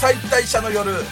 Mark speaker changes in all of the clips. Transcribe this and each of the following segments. Speaker 1: 解体者の夜ヘルツ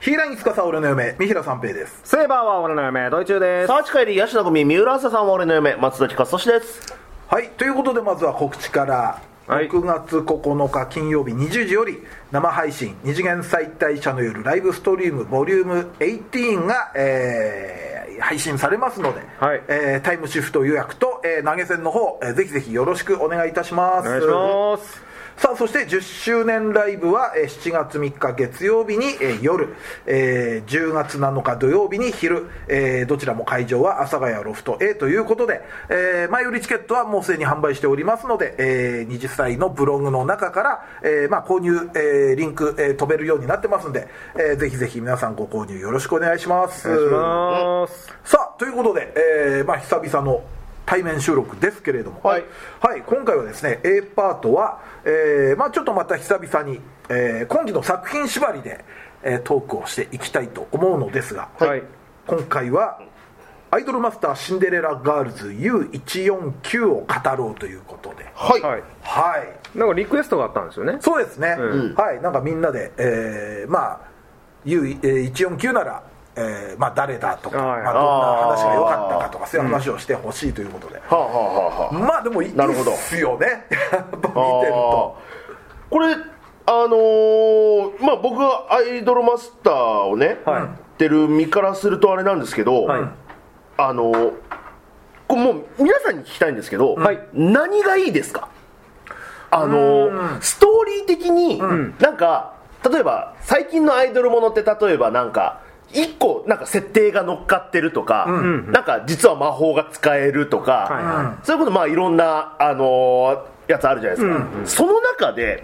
Speaker 1: 平井司俺の嫁三平三平です
Speaker 2: セーバーは俺の嫁、ドイチューで
Speaker 3: サーチ会でヤシナゴミ三浦朝さんは俺の嫁松崎勝利です
Speaker 1: はいということでまずは告知から
Speaker 2: はい
Speaker 1: 6月9日金曜日20時より生配信「二次元再退者の夜ライブストリームボリューム18が、えー配信されますので、
Speaker 2: はい
Speaker 1: えータイムシフト予約と、えー投げ銭の方、えーぜひぜひよろしくお願いいたします
Speaker 2: お願いします。
Speaker 1: さあそして10周年ライブはえー7月3日月曜日にえー夜えー10月7日土曜日に昼えーどちらも会場は阿佐ヶ谷ロフト A ということでえー前売りチケットはもうすでに販売しておりますのでえー20歳のブログの中からえーまあ購入えーリンクえー飛べるようになってますんでえーぜひぜひ皆さんご購入よろしくお願いします。
Speaker 2: お願いします。
Speaker 1: さあということで、えーまあ、久々の対面収録ですけれども、
Speaker 3: はい
Speaker 1: はい今回はですね A パートは、えーまあ、ちょっとまた久々に、えー今期の作品縛りで、えートークをしていきたいと思うのですが、
Speaker 2: はい。
Speaker 1: 今回は「アイドルマスターシンデレラガールズ U149」を語ろうということで
Speaker 3: はい、
Speaker 2: はい。
Speaker 1: はい
Speaker 2: なんかリクエストがあったんですよね。
Speaker 1: そうですね、
Speaker 2: う
Speaker 1: はいなんかみんなで、えーまあ U えー149なら、えーまあ、誰だとか、
Speaker 2: はい
Speaker 1: まあ、どんな話が良かったかとかそういう話をしてほしいということで、
Speaker 3: はあはあはあはあ
Speaker 1: まあでもいい
Speaker 3: なるほど
Speaker 1: いいっすよね やっぱ見てる
Speaker 3: あ
Speaker 1: と
Speaker 3: ーこれあのーまあ僕がアイドルマスターをね、
Speaker 2: はい
Speaker 3: やってる身からするとあれなんですけど、
Speaker 2: はい
Speaker 3: あのーこれもう皆さんに聞きたいんですけど、
Speaker 2: はい
Speaker 3: 何がいいですかあのーストーリー的に、なんか例えば最近のアイドルものって例えばなんか一個なんか設定が乗っかってるとか、なんか実は魔法が使えるとか、
Speaker 2: はいは
Speaker 3: そういうことまあいろんな、あのーやつあるじゃないですか、その中で、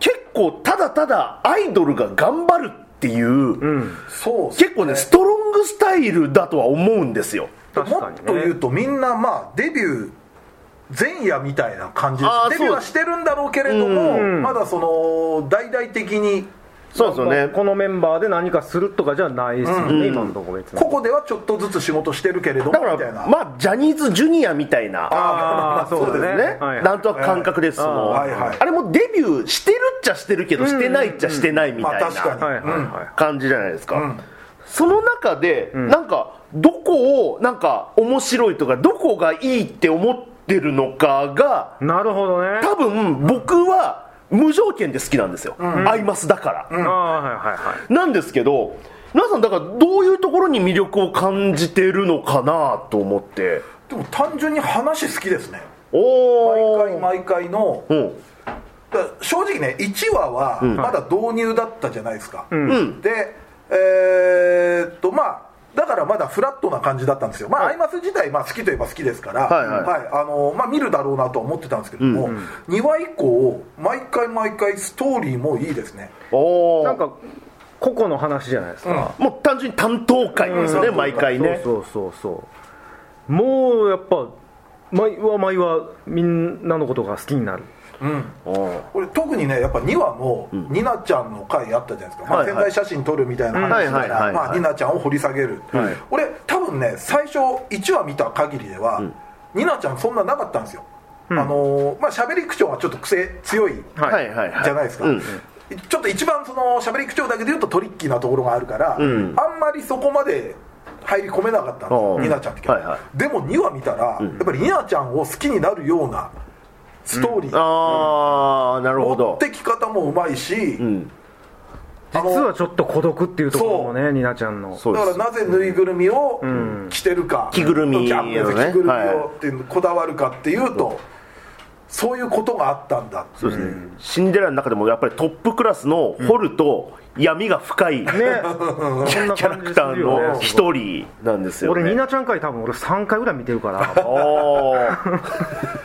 Speaker 3: 結構ただただアイドルが頑張るっていう、
Speaker 1: そうっす
Speaker 3: 結構ねストロングスタイルだとは思うんですよ
Speaker 2: 確
Speaker 1: も
Speaker 2: か
Speaker 1: っ
Speaker 2: にね
Speaker 1: と言うとみんなまあデビュー前夜みたいな感じで
Speaker 3: あー
Speaker 1: すデビューは
Speaker 3: そ
Speaker 1: してるんだろうけれども、まだその大々的に
Speaker 3: そうですよね
Speaker 2: このメンバーで何かするとかじゃないですよね、今のところ別に。
Speaker 1: ここではちょっとずつ仕事してるけれどもみ
Speaker 3: だか
Speaker 1: たいな
Speaker 3: らまあジャニーズジュニアみたいな
Speaker 2: ああ、そうだ
Speaker 3: ね
Speaker 2: ね。はい
Speaker 3: なんとなく感覚です、その
Speaker 1: はいはい
Speaker 3: あれもデビューしてるっちゃしてるけど、してないっちゃしてないみ
Speaker 1: ま
Speaker 3: た
Speaker 1: あ
Speaker 3: い
Speaker 1: 確かに、
Speaker 3: な
Speaker 2: はいはいはい。
Speaker 3: 感じじゃないですか、その中で、なんかどこをなんか面白いとかどこがいいって思ってるのかが
Speaker 2: なるほどね。
Speaker 3: 多分僕は無条件で好きなんですよ、アイマスだから、
Speaker 2: ああ、はいはいはい。
Speaker 3: なんですけど皆さんだからどういうところに魅力を感じてるのかなと思って
Speaker 1: でも単純に話好きですね
Speaker 3: おお
Speaker 1: 毎回毎回の
Speaker 3: うん
Speaker 1: だから正直ね1話はまだ導入だったじゃないですか、
Speaker 3: ん
Speaker 1: でえーっとまあだからまだフラットな感じだったんですよ、まあアイマス自体、まあ、好きといえば好きですから、
Speaker 3: はいはい
Speaker 1: あのまあ、見るだろうなとは思ってたんですけども、2話以降毎回毎回ストーリーもいいですね
Speaker 3: おお
Speaker 2: なんか、個々の話じゃないですか。
Speaker 3: もう単純に担当会ですよね、
Speaker 1: うん
Speaker 3: 毎回ね
Speaker 2: そうそうそうそうもうやっぱ毎は毎はみんなのことが好きになる
Speaker 3: うん
Speaker 1: これ特にねやっぱ2話のニナちゃんの回あったじゃないですか、まあ、
Speaker 3: はい
Speaker 1: 潜
Speaker 3: はい
Speaker 1: 在写真撮るみたいな話
Speaker 3: うんは
Speaker 1: か
Speaker 3: いはいは
Speaker 1: ら
Speaker 3: い
Speaker 1: まあニナちゃんを掘り下げる、
Speaker 3: はい
Speaker 1: 俺多分ね最初1話見た限りでは、ニナちゃんそんななかったんですよ、あのーまあ喋り口調はちょっと癖強い
Speaker 3: はいはいはい
Speaker 1: じゃないですか、
Speaker 3: うん
Speaker 1: ちょっと一番その喋り口調だけで言うとトリッキーなところがあるから、
Speaker 3: ん
Speaker 1: あんまりそこまで入り込めなかったんです
Speaker 3: あ
Speaker 1: よ
Speaker 3: あ
Speaker 1: ニナちゃんって、
Speaker 3: はいは
Speaker 1: でも2話見たら、やっぱりニナちゃんを好きになるようなストーリー、
Speaker 3: ああなるほ
Speaker 1: 持
Speaker 3: ど
Speaker 1: ってき方もうまいし、
Speaker 3: うん
Speaker 2: 実はちょっと孤独っていうところも
Speaker 1: そ
Speaker 2: ねニナちゃんの
Speaker 3: そう
Speaker 1: だ
Speaker 3: で
Speaker 1: から
Speaker 3: す
Speaker 1: なぜぬいぐるみを着てるか、
Speaker 3: 着ぐるみをね
Speaker 1: キャンプで着ぐるみ
Speaker 3: は
Speaker 1: をっていうのこだわるかっていうと、そういうことがあったんだ
Speaker 3: そうですね、シンデレラの中でもやっぱりトップクラスの掘ると闇が深い、
Speaker 2: ね
Speaker 3: キ
Speaker 2: そんな
Speaker 3: ャラ
Speaker 2: 感じ
Speaker 3: ク
Speaker 2: す
Speaker 3: ター
Speaker 2: るよ
Speaker 3: の
Speaker 2: ね
Speaker 3: 一人なんですよ、ね、
Speaker 2: 俺ニナちゃん回多分俺3回ぐらい見てるから
Speaker 3: おー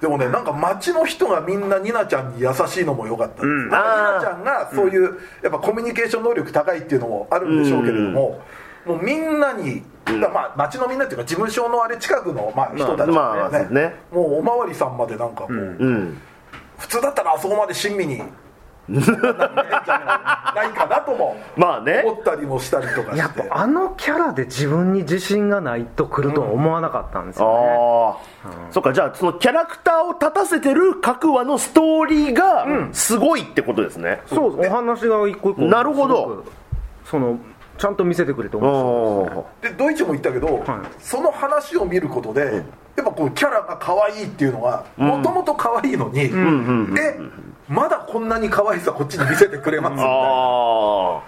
Speaker 1: でもねなんか街の人がみんなニナちゃんに優しいのも良かったです、
Speaker 2: ん
Speaker 1: なんかニナ
Speaker 3: あー
Speaker 1: ちゃんがそういう、やっぱコミュニケーション能力高いっていうのもあるんでしょうけれども、もうみんなに、だまあ街のみんなっていうか事務所のあれ近くの、まあ、人たち、ね
Speaker 3: まあまあそうね
Speaker 1: もうおまわりさんまでなんかこう、
Speaker 3: うん
Speaker 1: 普通だったらあそこまで親身にないかなとも
Speaker 3: まあね
Speaker 1: 思ったりもしたりとか
Speaker 2: や
Speaker 1: し
Speaker 2: ってぱあのキャラで自分に自信がないと来るとは思わなかったんですよね、
Speaker 3: ああ、そっかじゃあそのキャラクターを立たせてる各話のストーリーがすごいってことですね、
Speaker 2: そうお話が一個一個
Speaker 3: なるほど
Speaker 2: すごくそのちゃんと見せてくれて
Speaker 3: う
Speaker 2: 面白い
Speaker 3: ん
Speaker 1: でドイツも言ったけど、
Speaker 2: はい
Speaker 1: その話を見ることで、やっぱこうキャラが可愛いっていうのがもともと可愛いのに、えまだこんなに可愛さこっちに見せてくれますみたいな
Speaker 3: あ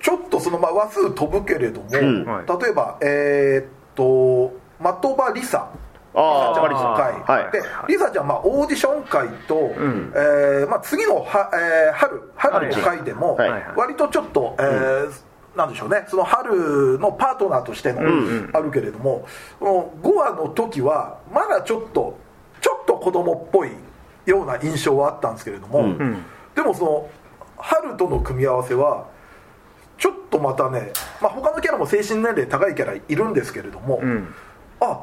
Speaker 1: ちょっとそのまあ話数飛ぶけれども、
Speaker 3: ん
Speaker 2: はい
Speaker 1: 例えばえーっと的場リサ
Speaker 3: ああ
Speaker 1: リ
Speaker 3: あ
Speaker 1: サちゃんの
Speaker 3: は
Speaker 1: 会、
Speaker 3: い
Speaker 1: でリサちゃんはまあオーディション会と、
Speaker 2: ん
Speaker 1: えーまあ、次のは、えー春春の会でも、
Speaker 3: はい
Speaker 1: 割とちょっと、えーなんでしょうねその春のパートナーとしてのあるけれども、この5話の時はまだちょっとちょっと子供っぽいような印象はあったんですけれども、
Speaker 3: うん
Speaker 2: ん
Speaker 1: でもその春との組み合わせはちょっとまたね、まあ、他のキャラも精神年齢高いキャラいるんですけれども、
Speaker 2: ん
Speaker 1: あ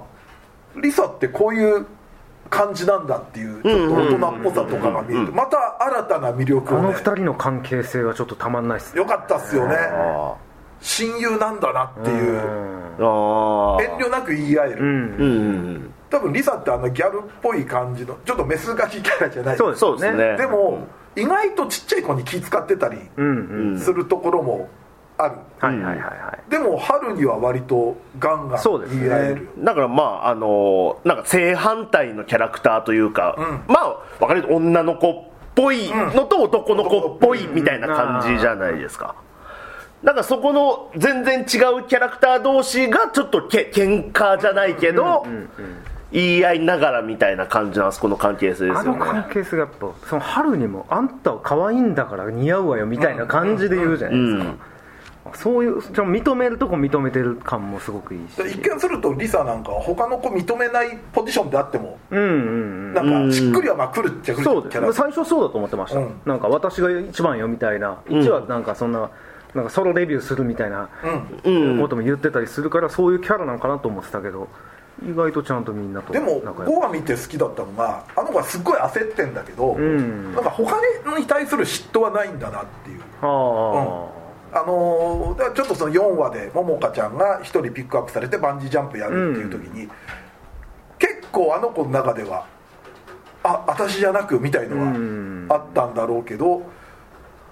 Speaker 1: リサってこういう感じなんだっていうちょっと大人っぽさとかが見えてまた新たな魅力
Speaker 2: あ
Speaker 1: を
Speaker 2: の
Speaker 1: ね
Speaker 2: 二人の関係性はちょっとたまんないっすね
Speaker 1: よかったっすよね
Speaker 3: あ
Speaker 1: 親友なんだなっていう
Speaker 2: うん
Speaker 1: 遠
Speaker 3: あ
Speaker 1: 慮なく言い合え
Speaker 2: う
Speaker 1: る
Speaker 2: ん
Speaker 3: うん
Speaker 1: 多分リサってあのギャルっぽい感じのちょっとメスガキキャラじゃない
Speaker 2: そう
Speaker 3: そうですね
Speaker 1: でも意外とちっちゃい子に気使ってたり
Speaker 2: うんうん
Speaker 1: するところもある、
Speaker 2: はいはいはいはい
Speaker 1: でも春には割とガンガン
Speaker 2: そうですね
Speaker 1: 言い合える
Speaker 3: だからまああのなんか正反対のキャラクターというか、まあわかる女の子っぽいのと男の子っぽいみたいな感じじゃないですか、なんかそこの全然違うキャラクター同士がちょっとけ喧嘩じゃないけど、言い合いながらみたいな感じのあそこの関係性で
Speaker 2: あ
Speaker 3: すよ
Speaker 2: の
Speaker 3: ね
Speaker 2: 関係性がやっぱその春にも「あんたは可愛いんだから似合うわよ」みたいな感じで言うじゃないですか、そういうその認めるとこ認めてる感もすごくいいし
Speaker 1: 一見するとリサなんかは他の子認めないポジションであっても
Speaker 2: うんうんうん
Speaker 1: なんかしっくりはまあ来るっちゃ来る
Speaker 2: そうで
Speaker 1: キ
Speaker 2: す
Speaker 1: ャラ
Speaker 2: 最初そうだと思ってました、
Speaker 1: うん
Speaker 2: なんか私が一番よみたいな一はなんかそんななんかソロレビューするみたいなことも言ってたりするからそういうキャラなのかなと思ってたけど意外とちゃんとみんなと
Speaker 1: でも
Speaker 2: 仲良
Speaker 1: 5話見て好きだったのがあの子はすっごい焦ってんだけど、
Speaker 2: ん
Speaker 1: なんか他に対する嫉妬はないんだなっていう
Speaker 2: ああ、
Speaker 1: あのーだからちょっとその4話でももかちゃんが1人ピックアップされてバンジージャンプやるっていう時に、結構あの子の中ではあ私じゃなくみたいの
Speaker 2: うん
Speaker 1: はあったんだろうけど、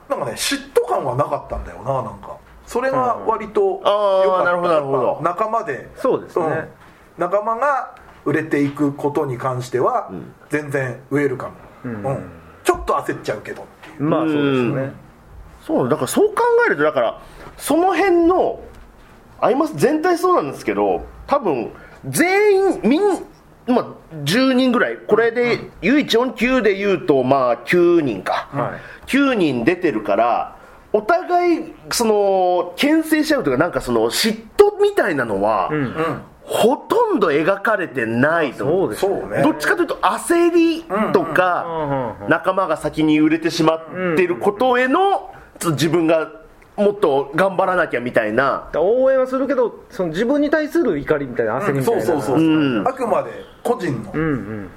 Speaker 1: なんかね嫉妬感はなかったんだよななんかそれが割と良
Speaker 3: あー
Speaker 1: かった
Speaker 3: なるほどなるほど
Speaker 1: やっぱ仲間で
Speaker 2: そうですね
Speaker 1: ん仲間が売れていくことに関しては全然ウェルカム、うんちょっと焦っちゃうけどっていう
Speaker 2: まあそうですよね
Speaker 3: そうだからそう考えるとだからその辺のアイマス全体そうなんですけど多分全員みんまあ10人ぐらいこれで唯一4級で言うとまあ9人か、
Speaker 2: は
Speaker 3: 9人出てるからお互いその牽制し合うというかなんかその嫉妬みたいなのは、
Speaker 2: ん
Speaker 3: ほとんど描かれてないと思う
Speaker 2: そうですね
Speaker 1: そうね
Speaker 3: どっちかというと焦りと
Speaker 2: うん
Speaker 3: か
Speaker 2: うんうん
Speaker 3: 仲間が先に売れてしまってることへのちょっと自分がもっと頑張らなきゃみたいな
Speaker 2: だから応援はするけどその自分に対する怒りみたいな焦りみたい
Speaker 1: そ
Speaker 2: な、
Speaker 1: うそうそう、
Speaker 3: うん
Speaker 1: あくまで個人の、
Speaker 2: うんうん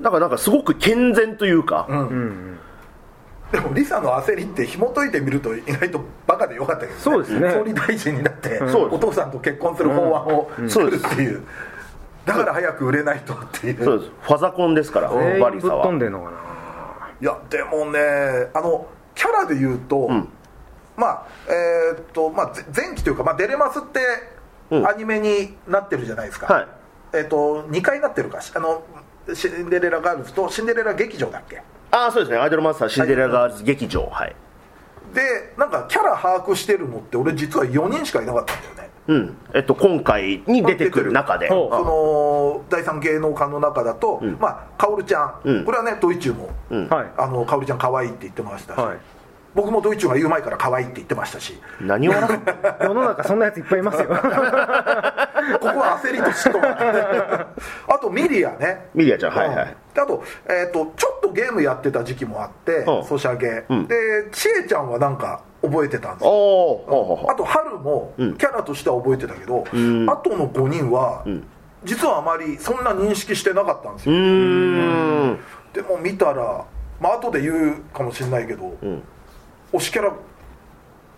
Speaker 3: だからなんかすごく健全というか、
Speaker 1: でもリサの焦りって紐解いてみると意外とバカでよかったけど、ね、
Speaker 2: そうですね
Speaker 1: 総理大臣になって、
Speaker 3: そうです
Speaker 1: お父さんと結婚する法案を作るっていう、だから早く売れないとっていう
Speaker 3: そうですファザコンですから
Speaker 2: 全
Speaker 3: バ
Speaker 2: 員
Speaker 3: リ
Speaker 2: ぶっ
Speaker 3: サ
Speaker 2: 飛ん
Speaker 3: は
Speaker 2: でんのかない
Speaker 1: やでもねあのキャラで言うと、
Speaker 3: ん
Speaker 1: まあえーっと、まあ、ぜ前期というか、まあ、デレマスって
Speaker 3: うん
Speaker 1: アニメになってるじゃないですか、
Speaker 3: はい
Speaker 1: えーっと2回なってるかしあのシンデレラガールズとシンデレラ劇場だっけ
Speaker 3: ああそうですねアイドルマスターシンデレラガールズ劇場はい
Speaker 1: でなんかキャラ把握してるのって俺実は4人しかいなかったんだよね
Speaker 3: うんえっと今回に出てくる中で
Speaker 2: ほう
Speaker 1: その第三芸能家の中だと、まあ、カオルちゃん、
Speaker 3: うん
Speaker 1: これはねドイチューも、
Speaker 3: うん
Speaker 2: はい
Speaker 1: あのカオルちゃん可愛いって言ってましたし、
Speaker 2: はい
Speaker 1: 僕もドイチューが言う前から可愛いって言ってましたし
Speaker 3: 何を笑ってんの
Speaker 2: 世の中そんなやついっぱいいますよ
Speaker 1: ここは焦りと嫉妬 があとミリアね
Speaker 3: ミリアちゃんはいは
Speaker 1: うん
Speaker 3: い
Speaker 1: であと,、えー、とちょっとゲームやってた時期もあって、
Speaker 3: うん
Speaker 1: ソシャゲ、
Speaker 3: うん
Speaker 1: でちえちゃんはなんか覚えてたんです
Speaker 3: お
Speaker 1: よ
Speaker 3: おほうほうほ
Speaker 1: あと春もキ
Speaker 3: ん
Speaker 1: ャラとしては覚えてたけど、
Speaker 3: ん
Speaker 1: あとの5人は、
Speaker 3: ん
Speaker 1: 実はあまりそんな認識してなかったんです
Speaker 3: うう
Speaker 1: よ、
Speaker 3: ーん
Speaker 1: でも見たらまあ後で言うかもしれないけど、推しキャラ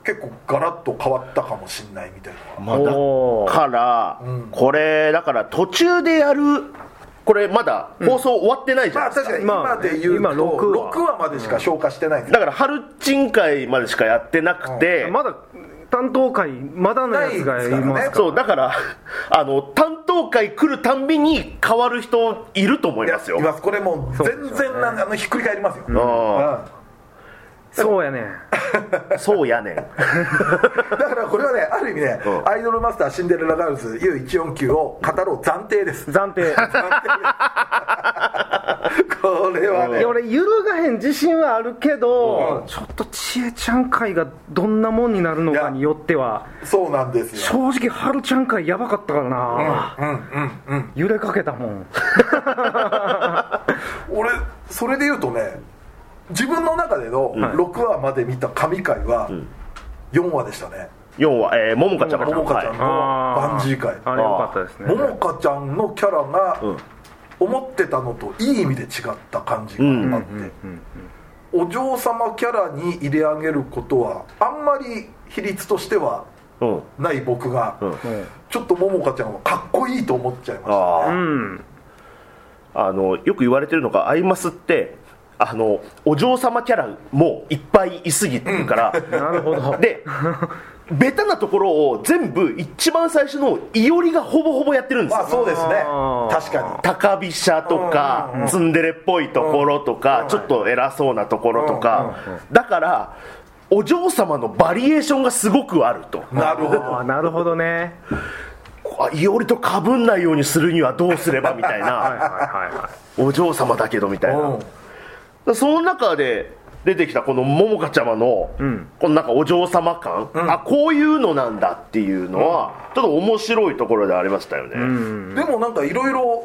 Speaker 1: 結構ガラッと変わったかもしれないみたいな
Speaker 3: まあだから、
Speaker 1: うん
Speaker 3: これだから途中でやるこれまだ放送終わってないじ
Speaker 1: ま
Speaker 3: ゃ
Speaker 1: あ
Speaker 3: ないですか、
Speaker 1: 確かに
Speaker 2: ま
Speaker 1: 今
Speaker 2: あね
Speaker 1: で言うと、
Speaker 2: 今六話
Speaker 1: 六話までしか消化してないんです
Speaker 3: だから春珍会までしかやってなくて、
Speaker 2: まだ担当会まだのやつが
Speaker 1: ないで
Speaker 2: います
Speaker 1: すからね
Speaker 3: そうだから あの担当会来るたんびに変わる人いると思いますよ
Speaker 1: いやこれもう全然なんであのひっくり返りますよ、うん
Speaker 3: あ
Speaker 2: そうやね
Speaker 3: あそうやねん
Speaker 1: だからこれはねある意味ね、
Speaker 3: うん
Speaker 1: アイドルマスターシンデレラガールズ U149 を語ろう暫定です
Speaker 2: 暫定
Speaker 1: これはね
Speaker 2: いや俺揺るがへん自信はあるけど、ちょっとちえちゃん会がどんなもんになるのかによっては
Speaker 1: そうなんですよ
Speaker 2: 正直はるちゃん会やばかったからな、
Speaker 1: うんうんうん
Speaker 2: 揺れかけたもん
Speaker 1: 俺それで言うとね自分の中での6話まで見た神回は4話でしたね、
Speaker 3: 4は、えー、ももかちゃん
Speaker 1: ももかちゃんのバンジー回
Speaker 2: あれよかったですね
Speaker 1: ももかちゃんのキャラが
Speaker 3: うん
Speaker 1: 思ってたのといい意味で違った感じがあって、お嬢様キャラに入れ上げることはあんまり比率としては
Speaker 3: はいうん
Speaker 1: ない僕が、
Speaker 3: うん
Speaker 1: ちょっとももかちゃんはかっこいいと思っちゃいました
Speaker 3: あ
Speaker 2: う
Speaker 3: あ、
Speaker 2: ん
Speaker 3: あのよく言われてるのがアイマスってあのお嬢様キャラもいっぱいいすぎてるから、
Speaker 2: なるほど
Speaker 3: でベタなところを全部一番最初のいおりがほぼほぼやってるんです
Speaker 1: ま
Speaker 3: よ
Speaker 1: あそうですね
Speaker 2: あー
Speaker 1: 確か
Speaker 3: 高飛車とか、ツンデレっぽいところとか、ちょっと偉そうなところとか、だからお嬢様のバリエーションがすごくあると
Speaker 1: になるほど
Speaker 2: あなるほどね
Speaker 3: あいおりとかぶんないようにするにはどうすればみたい
Speaker 2: はいはい
Speaker 3: な
Speaker 2: はいはい
Speaker 3: お嬢様だけどみたいな、
Speaker 1: うん
Speaker 3: その中で出てきたこのももかちゃまの、
Speaker 2: ん
Speaker 3: このなんかお嬢様感、あこういうのなんだっていうのは、ちょっと面白いところでありましたよね、
Speaker 1: でもなんかいろいろ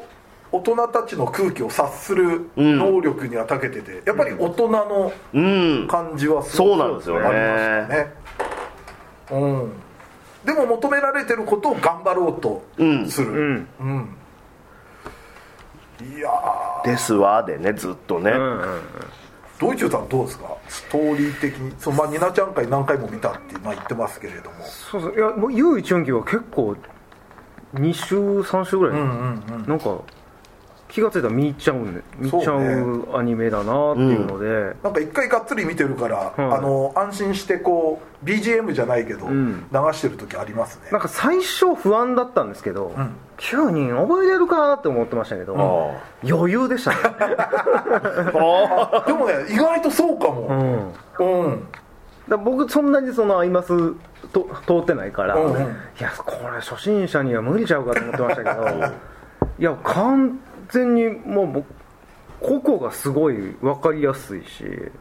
Speaker 1: 大人たちの空気を察する能力には長けてて、やっぱり大人の
Speaker 3: うん
Speaker 1: 感じはす
Speaker 3: そう
Speaker 1: ご
Speaker 3: な
Speaker 1: く
Speaker 3: んですよ
Speaker 1: ありました
Speaker 3: ね
Speaker 1: ねうんでも求められてることを頑張ろうとす
Speaker 2: う
Speaker 1: る
Speaker 2: ん
Speaker 1: うん、いやー
Speaker 3: ですわでねずっと ね、
Speaker 2: うんうん
Speaker 1: ドイチューさんどうですかストーリー的にそうまあニナちゃん会何回も見たって、まあ、言ってますけれども
Speaker 2: そうそういやもう U149 は結構2週3週ぐらい、
Speaker 1: うんうんうん
Speaker 2: なんか気がついたら見入っちゃうんで見
Speaker 1: そう
Speaker 2: 入
Speaker 1: ね
Speaker 2: っちゃうアニメだなっていうので、
Speaker 1: なんか一回がっつり見てるから、
Speaker 2: うん
Speaker 1: あの安心してこう BGM じゃないけど、
Speaker 2: ん
Speaker 1: 流してる時ありますね
Speaker 2: なんか最初不安だったんですけど、
Speaker 1: ん
Speaker 2: 9人覚えれるかなって思ってましたけど、
Speaker 3: あ
Speaker 2: 余裕でしたね、
Speaker 1: あ
Speaker 3: あ
Speaker 1: でもね意外とそうか
Speaker 2: う
Speaker 1: も
Speaker 2: ん、だか
Speaker 1: うん、
Speaker 2: ら僕そんなにそのアイマスと通ってないから、
Speaker 1: うんうん
Speaker 2: いやこれ初心者には無理ちゃうかと思ってましたけどいや完全にもう僕個々がすごい分かりやすいしで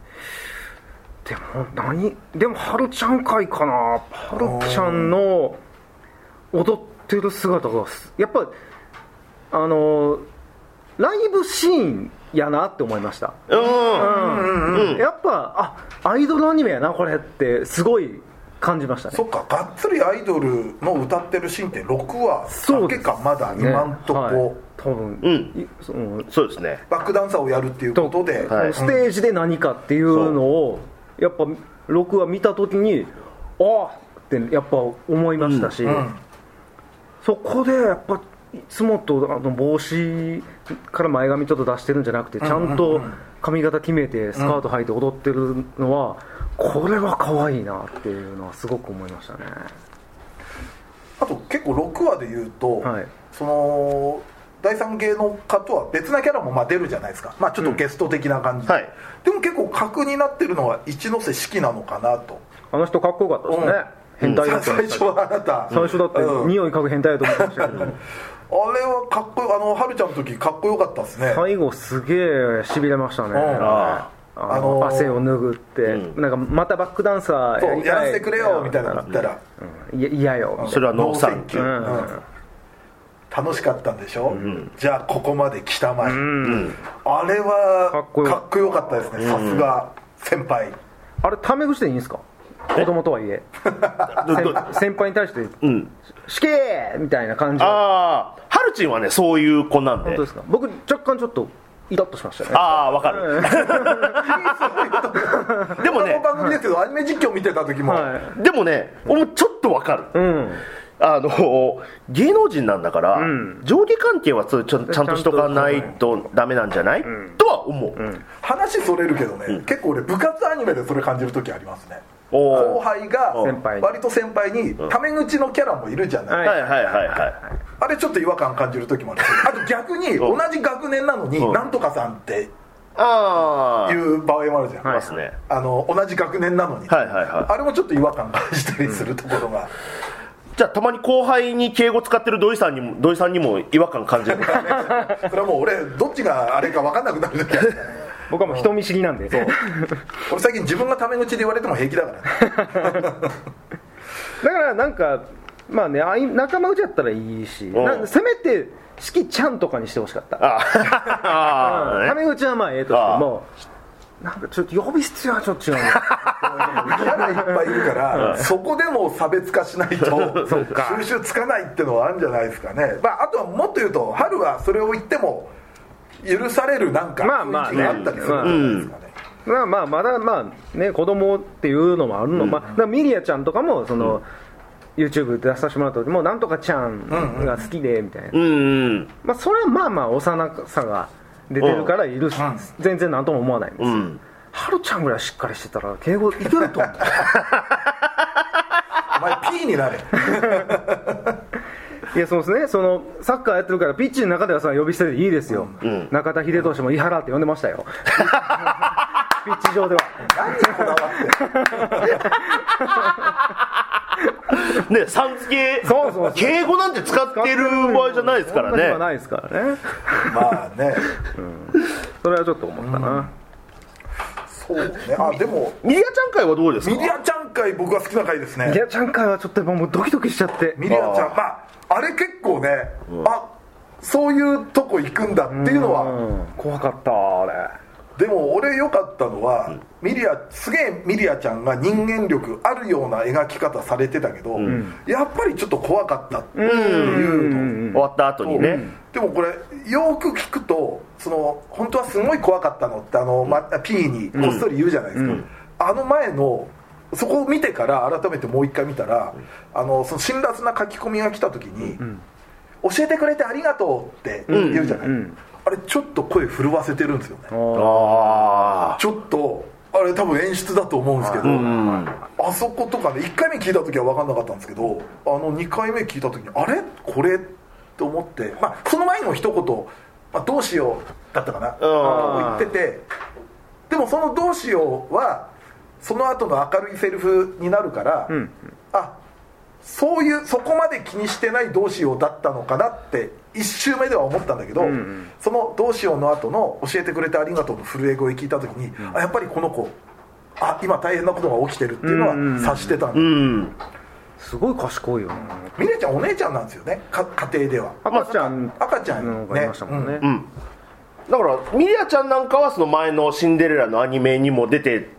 Speaker 2: も何でもはるちゃん会かなはるちゃんの踊ってる姿がすやっぱあのライブシーンやなって思いました
Speaker 3: うん
Speaker 2: うんやっぱあアイドルアニメやなこれってすごい感じましたね
Speaker 1: そっかがっつりアイドルの歌ってるシーンって6話だけかまだ今んとこ、
Speaker 2: はい多分、
Speaker 3: うん
Speaker 2: いその
Speaker 3: そうですね
Speaker 1: バックダンサーをやるっていうことで、
Speaker 3: はい
Speaker 2: ステージで何かっていうのをやっぱ録画見た時にああってやっぱ思いましたし、
Speaker 1: うん
Speaker 2: そこでやっぱいつもとあの帽子から前髪ちょっと出してるんじゃなくてちゃんと髪型決めてスカート履いて踊ってるのはこれは可愛いなっていうのはすごく思いましたね
Speaker 1: あと結構6話で言うと、
Speaker 2: はい
Speaker 1: その第三芸能家とは別なキャラもまあ出るじゃないですか、まあ、ちょっとゲスト的な感じで、
Speaker 3: うんはい
Speaker 1: でも結構格になってるのは一ノ瀬式なのかなと
Speaker 2: あの人かっこよかったですね、変態だった
Speaker 1: 最
Speaker 2: んです
Speaker 1: 初はあなた
Speaker 2: 最初だって
Speaker 1: うん
Speaker 2: 匂い嗅ぐ変態だと思ってましたけど、
Speaker 1: あれはかっこよあのはるちゃんの時かっこよかったですね、
Speaker 2: 最後すげえしびれましたね、
Speaker 1: あ
Speaker 2: あ
Speaker 1: あの
Speaker 2: の
Speaker 1: ー
Speaker 2: 汗を拭って、なんかまたバックダンサー
Speaker 1: そ
Speaker 2: やり
Speaker 1: う
Speaker 2: たい
Speaker 1: やらせてくれよみたいなの言ったら、
Speaker 2: うんいや嫌よみたい
Speaker 3: それはノーサン
Speaker 1: キ
Speaker 3: キ
Speaker 1: ュ
Speaker 3: ュ
Speaker 1: ー
Speaker 3: ー
Speaker 1: うん楽しかったんでしょ、じゃあここまで来たまえ、あれ
Speaker 2: か
Speaker 1: は
Speaker 2: っこよ
Speaker 1: かっこよかったですねさすが先輩
Speaker 2: なあれタメ口でいいんですか子供とはいえ先先輩に対して
Speaker 3: うん
Speaker 2: 「死刑!」みたいな感じ
Speaker 3: ああはるちんはねそういう子なん
Speaker 2: 本
Speaker 3: で
Speaker 2: 当ですか僕若干ちょっとイラッとしましたね
Speaker 3: ああわかる、でも
Speaker 1: 他
Speaker 3: ね
Speaker 1: の番組ですけど、アニメ実況見てた時も、
Speaker 2: はい
Speaker 3: でもね俺もちょっとわかる、
Speaker 2: うん
Speaker 3: あの芸能人なんだから、
Speaker 2: うん
Speaker 3: 上下関係はつちょちゃんとしとかないとダメなんじゃない、とは思う、
Speaker 1: 話それるけどね、結構俺、部活アニメでそれ感じる時ありますね。
Speaker 3: おー
Speaker 1: 後輩が
Speaker 3: うん
Speaker 2: 先輩に
Speaker 1: 割と先輩にタメ口のキャラもいるじゃない、
Speaker 2: はい
Speaker 3: はいはいはいはい
Speaker 1: あれちょっと違和感感じる時もあるしあと逆に同じ学年なのに
Speaker 3: うん
Speaker 1: なんとかさんって
Speaker 3: ああ
Speaker 1: い
Speaker 3: 言いう
Speaker 1: 場合もあるじゃん、
Speaker 2: はい
Speaker 3: ますね
Speaker 1: あの同じ学年なのに、
Speaker 3: はいはいは
Speaker 1: あれもちょっと違和感感じたりするところが、
Speaker 3: いじゃあたまに後輩に敬語使ってる土井さんにも土井さんにも違和感感 じる
Speaker 1: それはもう俺どっちがあれか分かんなくなる時あるからね
Speaker 2: 僕はもう人見知りなんで
Speaker 1: 俺最近自分がタメ口で言われても平気だからね
Speaker 2: だからなんかまあねあい仲間内だったらいいし
Speaker 3: ん
Speaker 2: なせめてしきちゃんとかにしてほしかった
Speaker 3: あーあー
Speaker 2: タ
Speaker 3: ね
Speaker 2: メ口はまあええとしてもなんかちょっと呼び捨てはちょっと違うね
Speaker 1: キャラいっぱいいるから、そこでも差別化しないと収集つかないってのはあるんじゃないですかね、まあ、あとはもっと言うと春はそれを言っても許されるなんか
Speaker 2: まあまあ
Speaker 1: 雰囲気
Speaker 2: ね
Speaker 1: があったりするんじゃないですかね、
Speaker 2: まあまあまだまあね子供っていうのもあるの、まあだからミリアちゃんとかもその、YouTube 出させてもらった時もなんとかちゃんが好きでみたいな、
Speaker 3: うんうん
Speaker 2: まあ、それはまあまあ幼さが出てるから許す、全然何とも思わないんですよ、
Speaker 3: ん
Speaker 2: はるちゃんぐらいしっかりしてたら敬語いけると思う
Speaker 1: お前 P になれ
Speaker 2: いやそうですねそのサッカーやってるからピッチの中ではさ呼び捨てでいいですよ、
Speaker 3: ん
Speaker 2: 中田秀投手も井原って呼んでましたよピッチ上では
Speaker 1: 何にこだわって
Speaker 3: ねさん付け
Speaker 2: そうそうそう
Speaker 3: 敬語なんて使ってる場合じゃないですから
Speaker 2: そんな日は
Speaker 3: ね
Speaker 2: ないですからね
Speaker 1: まあね
Speaker 2: それはちょっと思ったな、
Speaker 1: そうねあでも
Speaker 3: ミリアちゃん会はどうですか
Speaker 1: ミリアちゃん会僕は好きな回です
Speaker 2: ミリ
Speaker 1: ね
Speaker 2: アちゃん会はちょっとやっぱもうドキドキしちゃって
Speaker 1: ミリアちゃん
Speaker 3: あー
Speaker 1: まああれ結構ね、あそういうとこ行くんだっていうのは、
Speaker 2: うん怖かったあれ
Speaker 1: でも俺良かったのは、ミリアすげえミリアちゃんが人間力あるような描き方されてたけど、やっぱりちょっと怖かったっていうの、
Speaker 3: 終わった後にね、
Speaker 1: でもこれよく聞くとその本当はすごい怖かったのってあの、ま、P にこっそり言うじゃないですか、あの前のそこを見てから改めてもう一回見たら、あのその辛辣な書き込みが来た時に、教えてくれてありがとう」って言うじゃない、
Speaker 2: うんうんうん
Speaker 1: あれちょっと声震わせてるんですよね
Speaker 3: あ
Speaker 1: ちょっとあれ多分演出だと思うんですけど、
Speaker 3: あうん
Speaker 1: あそことかね1回目聞いた時は分かんなかったんですけどあの2回目聞いた時にあれこれって思って、まあ、その前にも一言、まあ、どうしようだったかな
Speaker 3: あ
Speaker 1: あの言っててでもその「どうしよう」はその後の明るいセリフになるから、
Speaker 2: ん
Speaker 1: あそういうそこまで気にしてない「どうしよう」だったのかなって1周目では思ったんだけど、
Speaker 2: ん
Speaker 1: その「どうしよう」の後の「教えてくれてありがとう」の震え声聞いた時に、あやっぱりこの子あ今大変なことが起きてるっていうのは
Speaker 2: うん
Speaker 1: 察してたんだ、
Speaker 3: うん
Speaker 2: すごい賢いよな
Speaker 1: ミレちゃんお姉ちゃんなんですよねか家庭では
Speaker 2: 赤ちゃん
Speaker 1: 赤ちゃん
Speaker 2: のがいましたもんね
Speaker 1: ね
Speaker 3: うんだからミリアちゃんなんかはその前の「シンデレラ」のアニメにも出て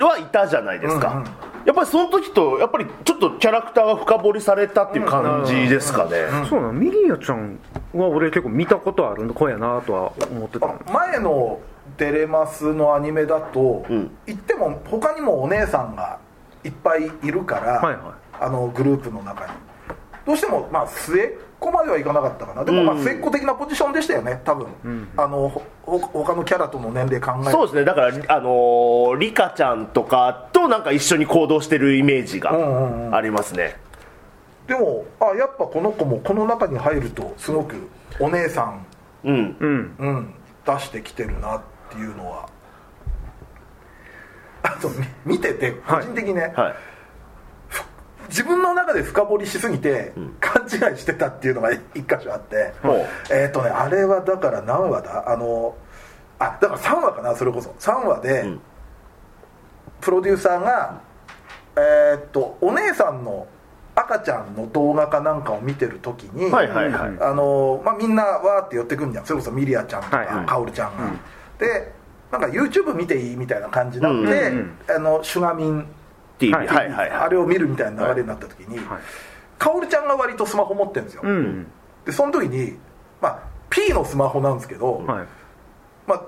Speaker 3: はいたじゃないですか、
Speaker 1: うんうん
Speaker 3: やっぱりその時とやっぱりちょっとキャラクターが深掘りされたっていう感じですかね、
Speaker 2: そうなのミリアちゃんは俺結構見たことある子やなとは思ってたの
Speaker 1: あ前の「テレマス」のアニメだと、
Speaker 3: うん
Speaker 1: 言っても他にもお姉さんがいっぱいいるから、
Speaker 2: はいはい
Speaker 1: あのグループの中にどうしても、まあ、末っ子まではいかなかったかなでも、まあ、
Speaker 3: うん
Speaker 1: 末っ子的なポジションでしたよね多分、あのほほ他のキャラとの年齢考えると
Speaker 3: そうですねだからあのーリカちゃんとかとなんか一緒に行動してるイメージ
Speaker 1: うんうんう
Speaker 3: がありますね、
Speaker 1: でもあやっぱこの子もこの中に入るとすごくお姉さん、
Speaker 3: うん
Speaker 2: うん
Speaker 1: うん、出してきてるなっていうのはあとみ見てて個人的にね、
Speaker 3: はい
Speaker 1: 自分の中で深掘りしすぎて、勘違いしてたっていうのが一箇所あって、
Speaker 3: ほう
Speaker 1: えっ、とねあれはだから何話だあのあだから3話かなそれこそ3話で、
Speaker 3: ん
Speaker 1: プロデューサーがえっ、とお姉さんの赤ちゃんの動画かなんかを見てる時に、
Speaker 3: はいはいはい、
Speaker 2: うん
Speaker 1: あのまあ、みんなわーって寄ってくんじゃんそれこそミリアちゃんと
Speaker 2: はいは
Speaker 1: か
Speaker 2: い
Speaker 1: カオルちゃんが、でなんか YouTube 見ていいみたいな感じになって、
Speaker 3: うん
Speaker 2: うんうん
Speaker 1: あのシュガミン
Speaker 3: TV
Speaker 2: は
Speaker 3: はいいはいはい
Speaker 1: あれを見るみたいな流れになった時に、
Speaker 2: はい
Speaker 1: カオルちゃんが割とスマホ持ってるんですよ、
Speaker 2: うん
Speaker 1: でその時に、まあ、P のスマホなんですけど、
Speaker 2: はい
Speaker 1: まあ、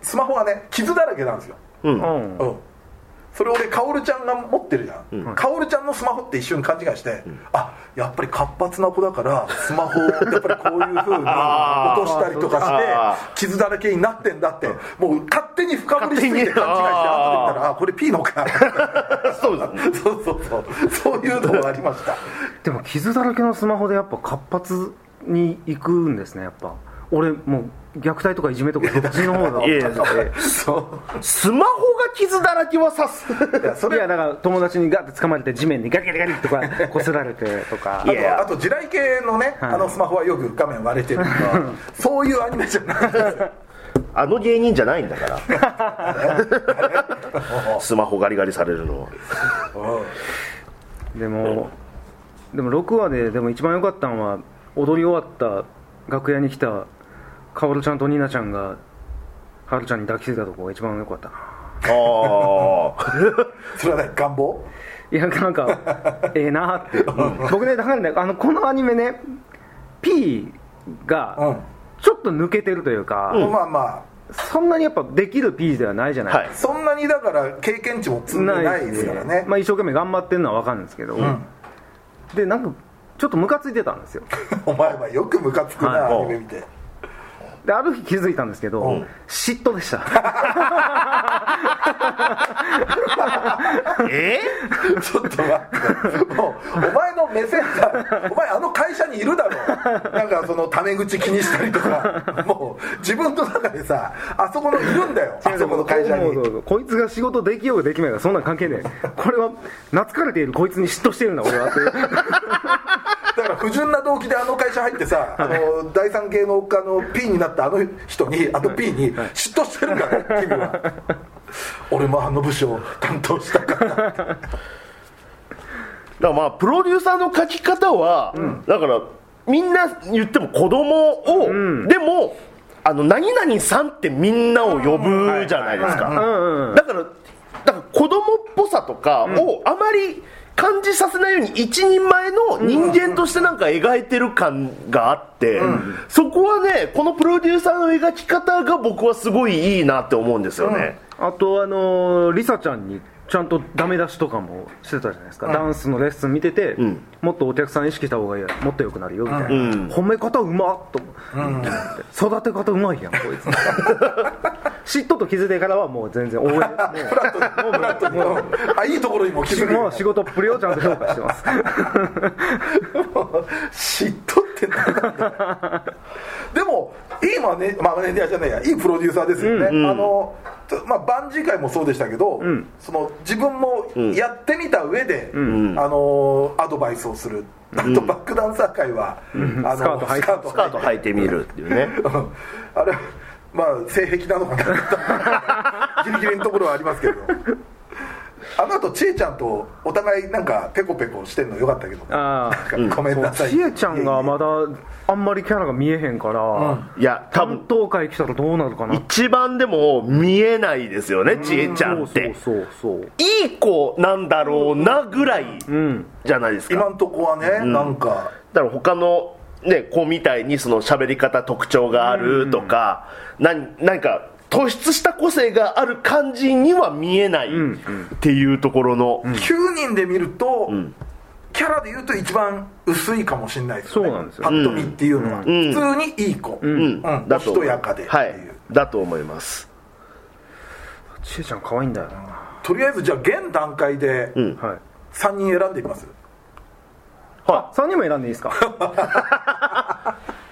Speaker 1: スマホはね傷だらけなんですよ、
Speaker 3: うん
Speaker 2: うん
Speaker 1: うん、それ俺カオルちゃんが持ってるじゃん、カオルちゃんのスマホって一瞬勘違いして、あやっぱり活発な子だからスマホをやっぱりこういう風に
Speaker 3: あ
Speaker 1: 落
Speaker 3: ー
Speaker 1: としたりとか
Speaker 3: あ
Speaker 1: して傷だらけになってんだってもう勝手に深掘りすぎて勘違いして後で見
Speaker 3: 勝手に
Speaker 1: たらあこれ P のか
Speaker 3: そうですね
Speaker 1: そうそうそうそういうのがありました
Speaker 2: でも傷だらけのスマホでやっぱ活発に行くんですねやっぱ俺もう虐待とかいじめとかそっちの方だ
Speaker 3: いやいや
Speaker 1: そう
Speaker 3: スマホが傷だらけはさす
Speaker 1: いやそ
Speaker 2: い
Speaker 1: れ
Speaker 2: やだから友達にガッて捕まれて地面にガキガキガキとか 擦られてとか
Speaker 1: あ
Speaker 3: いや
Speaker 1: とあと地雷系のね、あのスマホはよく画面割れてるとかそういうアニメじゃないですよ
Speaker 3: あの芸人じゃないんだ からスマホガリガリされるのは
Speaker 2: でもでも6話ででも一番良かったのは踊り終わった楽屋に来たカオルちゃんとニナちゃんがハルちゃんに抱きついたとこが一番良かったな
Speaker 3: ああ
Speaker 1: それはね願望
Speaker 2: いやなん かええなーって僕ねだからねあのこのアニメね P
Speaker 1: う
Speaker 2: が
Speaker 1: ん
Speaker 2: ちょっと抜けてるというか、
Speaker 1: まあま
Speaker 2: そんなにやっぱできる P ではないじゃない、
Speaker 3: はい
Speaker 1: あそんなにだから経験値も積んでないですからね
Speaker 2: まあ、一生懸命頑張ってるのは分かるんですけど、でなんかちょっとムカついてたんですよ
Speaker 1: お前はよくムカつくなア
Speaker 3: はい
Speaker 1: ニメ見て
Speaker 2: である日気づいたんですけど、
Speaker 1: うん
Speaker 2: 嫉妬でした
Speaker 3: え
Speaker 1: ちょっと待ってもうお前の目線がお前あの会社にいるだろなんかそのタメ口気にしたりとかもう自分の中でさあそこのいるんだよ あそこの会社に
Speaker 2: そうそうそうこいつが仕事できようができまいがそんなん関係ねえこれは懐かれているこいつに嫉妬してるんだ俺はって
Speaker 1: だから不純な動機であの会社入ってさ、あの第三芸能家の P になったあの人にあと P に嫉妬してるんだよ君は俺もあの部署を担当したから
Speaker 3: だからまあプロデューサーの書き方は、だからみんな言っても子供を、でもあの何々さんってみんなを呼ぶじゃないですかだからだから子供っぽさとかをあまり感じさせないように一人前の人間としてなんか描いてる感があって、そこはねこのプロデューサーの描き方が僕はすごいいいなって思うんですよね、
Speaker 2: あとあのーリサちゃんにちゃんとダメ出しとかもしてたじゃないですか、ダンスのレッスン見てて、
Speaker 3: ん
Speaker 2: もっとお客さん意識した方がいいよもっと良くなるよみたいな、
Speaker 3: ん
Speaker 2: 褒め方うまっと思って、育て方うまいやんこ いつ嫉妬と気づいてからはもう全然 応援
Speaker 1: フ
Speaker 2: も
Speaker 1: ラ ットに
Speaker 2: もう
Speaker 1: あいいところにも気づ
Speaker 2: うもう
Speaker 1: く
Speaker 2: 仕事っぷりをちゃんと評価して ます
Speaker 1: 嫉妬ってなんなんだよでもいいマネマネージャーじゃないやいいプロデューサーですよね、あのちょまあ、バンジー会もそうでしたけど、その自分もやってみた上で、あのアドバイスをする、あとバックダンサー会は、あの
Speaker 2: スカート履い
Speaker 1: ス
Speaker 2: て
Speaker 1: カート
Speaker 3: スカート履いてみるっていうね
Speaker 1: うんあれまあ性癖なのかな ギリギリのところはありますけどあの後ちえちゃんとお互いなんかペコペコしてんのよかったけど
Speaker 2: あ
Speaker 1: ごめんな
Speaker 2: あ
Speaker 1: さい
Speaker 2: ちえちゃんがまだあんまりキャラが見えへんから、
Speaker 3: いや多分
Speaker 2: 担当会来たらどうなるかな
Speaker 3: 一番でも見えないですよねちえちゃんって
Speaker 2: そうそうそう
Speaker 3: いい子なんだろうなぐらいじゃないですか
Speaker 1: 今
Speaker 3: だか
Speaker 1: んとこはね、なんから
Speaker 3: 他のね子みたいにその喋り方特徴があるとか何何か突出した個性がある感じには見えないっていうところの
Speaker 1: 9人で見ると、キャラで言うと一番薄いかもしれないですよね
Speaker 2: そうなんですよ
Speaker 1: パッと見っていうのは、
Speaker 3: ん
Speaker 1: 普通にいい子、うん
Speaker 3: うんだ
Speaker 1: お
Speaker 3: と
Speaker 1: しとやかでっていう、
Speaker 3: はいだと思います
Speaker 2: ちえちゃん可愛いんだよな、
Speaker 1: とりあえずじゃあ現段階で
Speaker 3: ん
Speaker 2: はい
Speaker 1: 3人選んでみます、
Speaker 3: は
Speaker 2: 3人も選んでいいですか
Speaker 3: い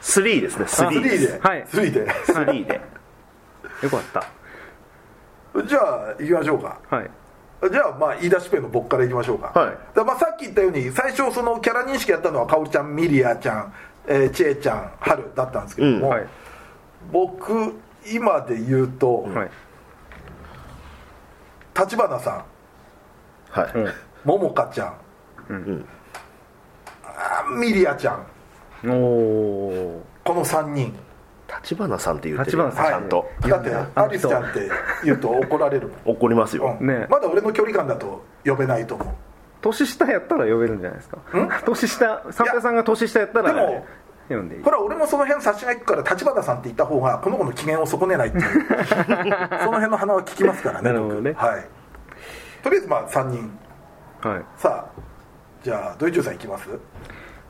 Speaker 3: 3ですね
Speaker 1: 3
Speaker 3: 3
Speaker 1: で
Speaker 3: で、す
Speaker 2: はい
Speaker 1: 3で
Speaker 3: 3で
Speaker 2: よかった
Speaker 1: じゃあ行きましょうか
Speaker 2: はい
Speaker 1: じゃあまあ言い出しっぺの僕からいきましょうか,、
Speaker 3: はい
Speaker 1: だまあさっき言ったように最初そのキャラ認識やったのはかおりちゃんミリアちゃん、えー、ちえちゃんはるだったんですけども、
Speaker 3: うん
Speaker 2: はい
Speaker 1: 僕今で言うと
Speaker 2: はい
Speaker 1: 立花、さ
Speaker 3: はい、
Speaker 1: んももかちゃん、
Speaker 3: ん
Speaker 1: あーミリアちゃん
Speaker 2: おお
Speaker 1: この3人
Speaker 3: 立花さんって言ってる
Speaker 2: 橘さん
Speaker 3: ちゃんと
Speaker 1: だってアリスちゃんって言うと怒られるもん、
Speaker 3: 怒りますよ、
Speaker 1: うん
Speaker 2: ねえ
Speaker 1: まだ俺の距離感だと呼べないと思う
Speaker 2: 年下やったら呼べるんじゃないですか年下三平さんが年下やった
Speaker 1: で
Speaker 2: ら
Speaker 1: も
Speaker 2: 読んでいい
Speaker 1: ほら俺もその辺差しが行くから立花さんって言った方がこの子の機嫌を損ねないっていうその辺の鼻は聞きますからね
Speaker 2: なるほどね
Speaker 1: 僕はい、とりあえずまあ3人
Speaker 2: はい
Speaker 1: さあじゃあドイツさんいきます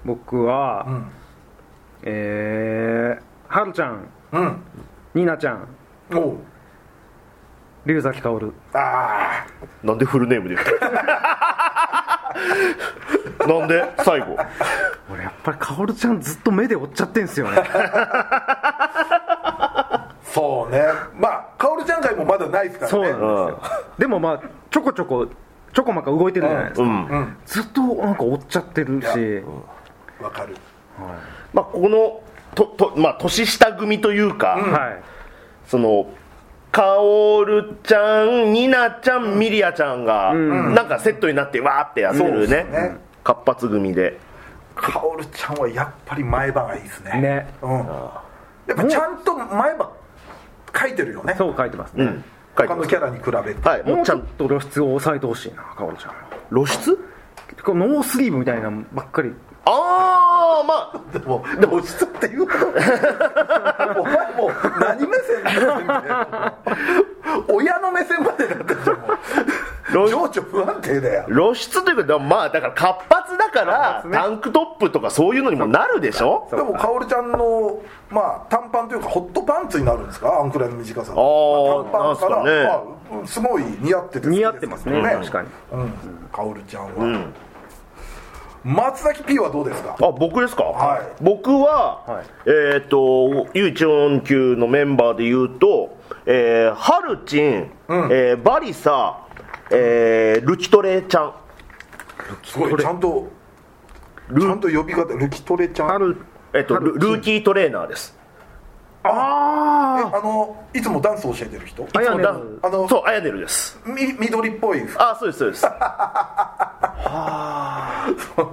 Speaker 2: 僕は、
Speaker 1: うん
Speaker 2: えー、はるちゃん
Speaker 1: うん
Speaker 2: ニナちゃん
Speaker 1: おう
Speaker 2: 龍崎薫
Speaker 1: あ
Speaker 3: なんでフルネームで言った なんで最後
Speaker 2: 俺やっぱり薫ちゃんずっと目で追っちゃってんすよね
Speaker 1: あそうねまあ薫ちゃん会もまだないですからね
Speaker 2: そうなんです
Speaker 3: うん
Speaker 2: よでもまあちょこちょこちょこまか動いてるじゃないですか、
Speaker 3: うん
Speaker 1: うん
Speaker 2: ずっとなんか追っちゃってるし、
Speaker 1: わかる
Speaker 3: まあこのとと、まあ、年下組というか、
Speaker 2: はい
Speaker 3: そのカオルちゃんニナちゃんミリアちゃんが、なんかセットになってわーってやって
Speaker 1: そうで
Speaker 3: る
Speaker 1: す
Speaker 3: ね
Speaker 1: ね
Speaker 3: 活発組で
Speaker 1: 薫ちゃんはやっぱり前歯がいいですね
Speaker 2: ね
Speaker 1: うんやっぱちゃんと前歯書いてるよね
Speaker 2: そう書いてます
Speaker 3: う
Speaker 2: ね、
Speaker 3: ん書いて
Speaker 1: 他
Speaker 3: ま
Speaker 1: の
Speaker 3: す
Speaker 1: キャラに比べて
Speaker 3: はいも
Speaker 2: も
Speaker 3: う
Speaker 2: う
Speaker 3: ち
Speaker 2: ち
Speaker 3: ゃ
Speaker 2: ょ
Speaker 3: ん
Speaker 2: っと露出を抑えてほしいな薫ちゃんは
Speaker 3: 露出
Speaker 2: このノースリーブみたいなのばっかり
Speaker 3: ああまあ
Speaker 1: でもでも質って言う ことお前もう何目線だよみたいな親の目線までだったじゃんもう
Speaker 3: ロ
Speaker 1: 情緒不安定だよ
Speaker 3: 露出というかまあだから活発だから、タンクトップとかそういうのにもなるでしょ
Speaker 1: でも薫ちゃんの、まあ、短パンというかホットパンツになるんですかあんくらいの短さあ
Speaker 3: ー
Speaker 1: 短パンから
Speaker 3: なんすか
Speaker 1: まあうん、すごい似合ってて好きですけど
Speaker 2: 似合ってますね確かに
Speaker 1: うん薫ちゃんは、松崎 P はどうですか
Speaker 3: あ僕ですか、
Speaker 1: はい
Speaker 3: 僕は、
Speaker 2: はい
Speaker 3: えっ、と U149 のメンバーで言うと、えー、ハルチン、えーバリサ、えールキトレちゃん
Speaker 1: すごいちゃんとちゃんと呼び方ルキトレちゃん
Speaker 2: ある
Speaker 3: えっ、と
Speaker 2: ハル
Speaker 3: ル
Speaker 2: チン
Speaker 3: ルーキートレーナーです
Speaker 1: え
Speaker 2: あ
Speaker 1: あのいつもダンス教えてる人
Speaker 2: あやね
Speaker 3: だ
Speaker 2: る
Speaker 1: あの
Speaker 3: そうアヤネルです
Speaker 1: み緑っぽい服
Speaker 3: あそうですそうです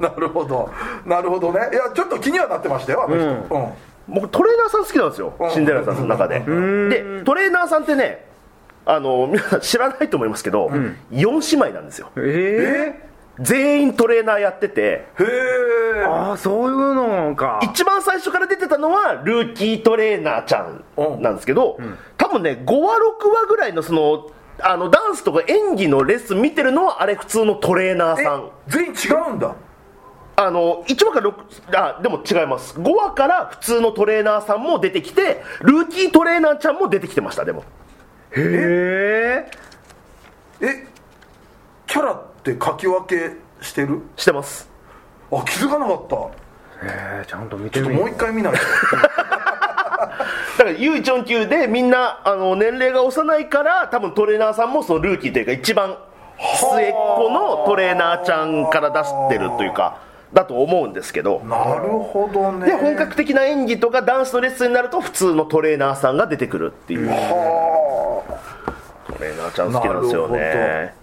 Speaker 1: なるほどなるほどねいやちょっと気にはなってましたよあの人うん、
Speaker 3: 僕トレーナーさん好きなんですよ
Speaker 1: うん
Speaker 3: シンデレラさんの中ででトレーナーさんってねあの皆さん知らないと思いますけど、四4姉妹なんですよ
Speaker 2: えー、
Speaker 3: 全員トレーナーやってて
Speaker 1: へえ
Speaker 2: ああそういうのか
Speaker 3: 一番最初から出てたのはルーキートレーナーちゃんなんですけど、多分ね5話6話ぐらいのそのあのダンスとか演技のレッスン見てるのはあれ普通のトレーナーさん
Speaker 1: 全員違うんだ
Speaker 3: あの1話から6あでも違います5話から普通のトレーナーさんも出てきてルーキートレーナーちゃんも出てきてましたでも
Speaker 2: へえ
Speaker 1: えキャラって書き分けしてる
Speaker 3: してます
Speaker 1: あ気づかなかった
Speaker 2: えー、ちゃんと見て
Speaker 1: ちょっと
Speaker 2: み
Speaker 1: も
Speaker 2: よ
Speaker 1: う一回見ないと
Speaker 3: だから U49 でみんなあの年齢が幼いから多分トレーナーさんもそのルーキーというか一番末っ子のトレーナーちゃんから出してるというかだと思うんですけど
Speaker 1: なるほどね
Speaker 3: で本格的な演技とかダンスのレッスンになると普通のトレーナーさんが出てくるっていうトレーナーちゃん好きなんですよね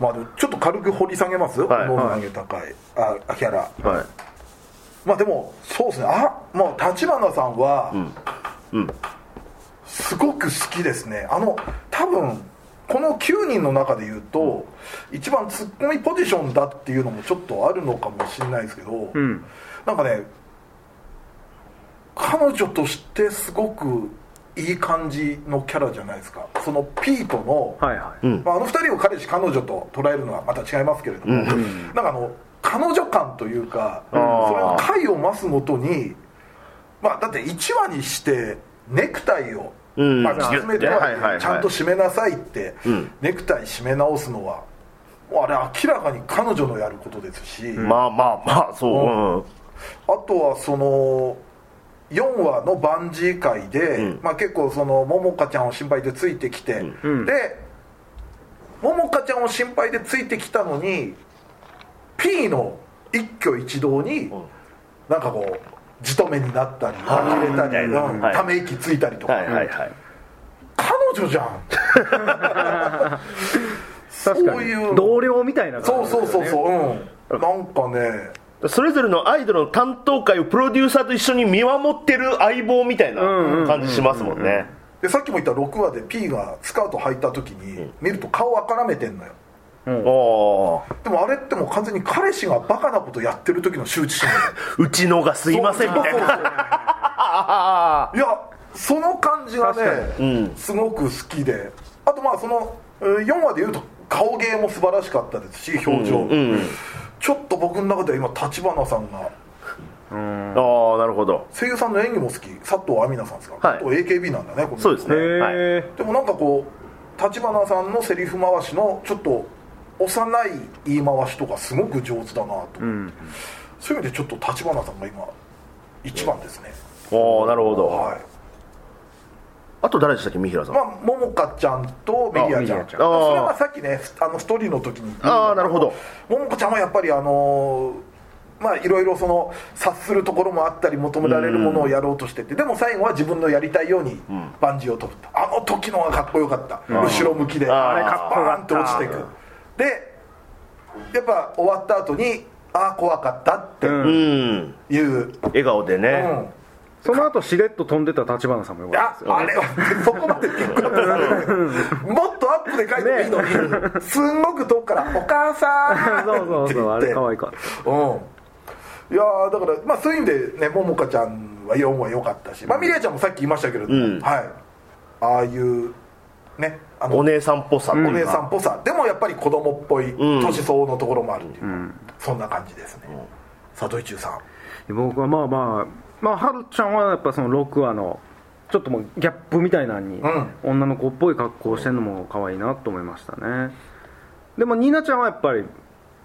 Speaker 1: まあでもちょっと軽く掘り下げます、
Speaker 3: はい
Speaker 1: この投げ高い、あキャラ
Speaker 3: はい
Speaker 1: まあでもそうですねあもう立花さんは、すごく好きですねあの多分この9人の中で言うと、一番ツッコミポジションだっていうのもちょっとあるのかもしれないですけど、
Speaker 2: ん
Speaker 1: なんかね彼女としてすごくいい感じのキャラじゃないですかそのピートの、
Speaker 2: うはいはい、
Speaker 3: うん
Speaker 1: まあ、あの2人を彼氏彼女と捉えるのはまた違いますけれども、なんかあの彼女感というか、それの回を増すごとに、まあ、だって1話にしてネクタイを、
Speaker 3: うん
Speaker 1: まあ、きつめて
Speaker 3: はいはいはい
Speaker 1: ちゃんと締めなさいって、
Speaker 3: うん
Speaker 1: ネクタイ締め直すのはもうあれ明らかに彼女のやることですし、あ
Speaker 3: まあまあまあそう
Speaker 1: とはその。4話のバンジー会で、
Speaker 3: うん
Speaker 1: まあ、結構その桃花ちゃんを心配でついてきて、
Speaker 2: うん
Speaker 1: で桃花ちゃんを心配でついてきたのに P の一挙一動に、なんかこうじとめになったり呆れたり、
Speaker 3: はい
Speaker 1: うん
Speaker 3: はい
Speaker 1: ため息ついたりと
Speaker 3: うん
Speaker 1: か、
Speaker 3: はいはいはい
Speaker 1: 彼女じゃん
Speaker 2: 確か
Speaker 1: そう
Speaker 2: に
Speaker 1: いう
Speaker 2: 同僚みたいな
Speaker 1: そ
Speaker 2: 感
Speaker 1: う
Speaker 2: じ
Speaker 1: そうそう
Speaker 2: う
Speaker 1: そう、うん、なんかね
Speaker 3: それぞれのアイドルの担当会をプロデューサーと一緒に見守ってる相棒みたいな感じしますもんね
Speaker 1: でさっきも言った6話で P がスカート履いた時に、見ると顔あからめてんのよ
Speaker 2: うん
Speaker 3: おー
Speaker 1: でもあれってもう完全に彼氏がバカなことやってる時の羞恥心
Speaker 3: うちのがすいませんみたいなあ
Speaker 1: いやその感じがね
Speaker 2: 確、
Speaker 3: うん
Speaker 1: すごく好きであとまあその4話で言うと顔芸も素晴らしかったですし表情、
Speaker 3: うんうん
Speaker 1: ちょっと僕の中では今立花さんが
Speaker 3: ーあーなるほど
Speaker 1: 声優さんの演技も好き佐藤亜美奈さんですか、
Speaker 3: はい
Speaker 1: と AKB なんだねこの人
Speaker 3: そうですねはい
Speaker 2: へ
Speaker 1: でもなんかこう立花さんのセリフ回しのちょっと幼い言い回しとかすごく上手だなと、
Speaker 2: えうん
Speaker 1: そういう意味でちょっと立花さんが今一番ですね、
Speaker 3: おおなるほど
Speaker 1: はい
Speaker 3: あと誰でしたっけ三平さん
Speaker 1: まあ、ももかちゃんとメリアちゃん
Speaker 2: あメリアちゃ
Speaker 3: ん
Speaker 1: まあそれはまあさっきねふあの一人の時に
Speaker 3: ああなるほど
Speaker 1: ももかちゃんはやっぱりあのーまあいろいろその察するところもあったり求められるものをやろうとしててでも最後は自分のやりたいようにバンジーを飛ぶあの時のがかっこよかった後ろ向きで
Speaker 3: あー
Speaker 1: あれかっこよかって落ちていくでやっぱ終わった後にああ怖かったっ
Speaker 3: うん
Speaker 1: ていう
Speaker 3: 笑顔で
Speaker 1: う
Speaker 3: ね
Speaker 1: ん
Speaker 2: その後しれっと飛んでた立花さんもよか
Speaker 1: あ
Speaker 2: ったですよ
Speaker 1: あれはそこまでピックアップされるもっとアップで書いてもいいのに、すんごく遠くから「お母さん!」
Speaker 2: そうそうそうあ
Speaker 1: って言って
Speaker 2: れ可愛かった
Speaker 1: うんいやーだから、まあ、そういう意味でねももかちゃんは4は良かったし、まあ、ミリアちゃんもさっき言いましたけれども、
Speaker 3: うん
Speaker 1: はい、ああいうねあの
Speaker 3: お姉さんっぽさと
Speaker 1: お姉さんっぽさでもやっぱり子供っぽい
Speaker 3: ん
Speaker 1: 年相応のところもあるっていう、そんな感じですね、佐藤一中さん
Speaker 2: で僕はまあまあまあはるちゃんはやっぱその6話のちょっともうギャップみたいなのに、
Speaker 1: うん
Speaker 2: 女の子っぽい格好をしてるのも可愛いなと思いましたねでもニーナちゃんはやっぱり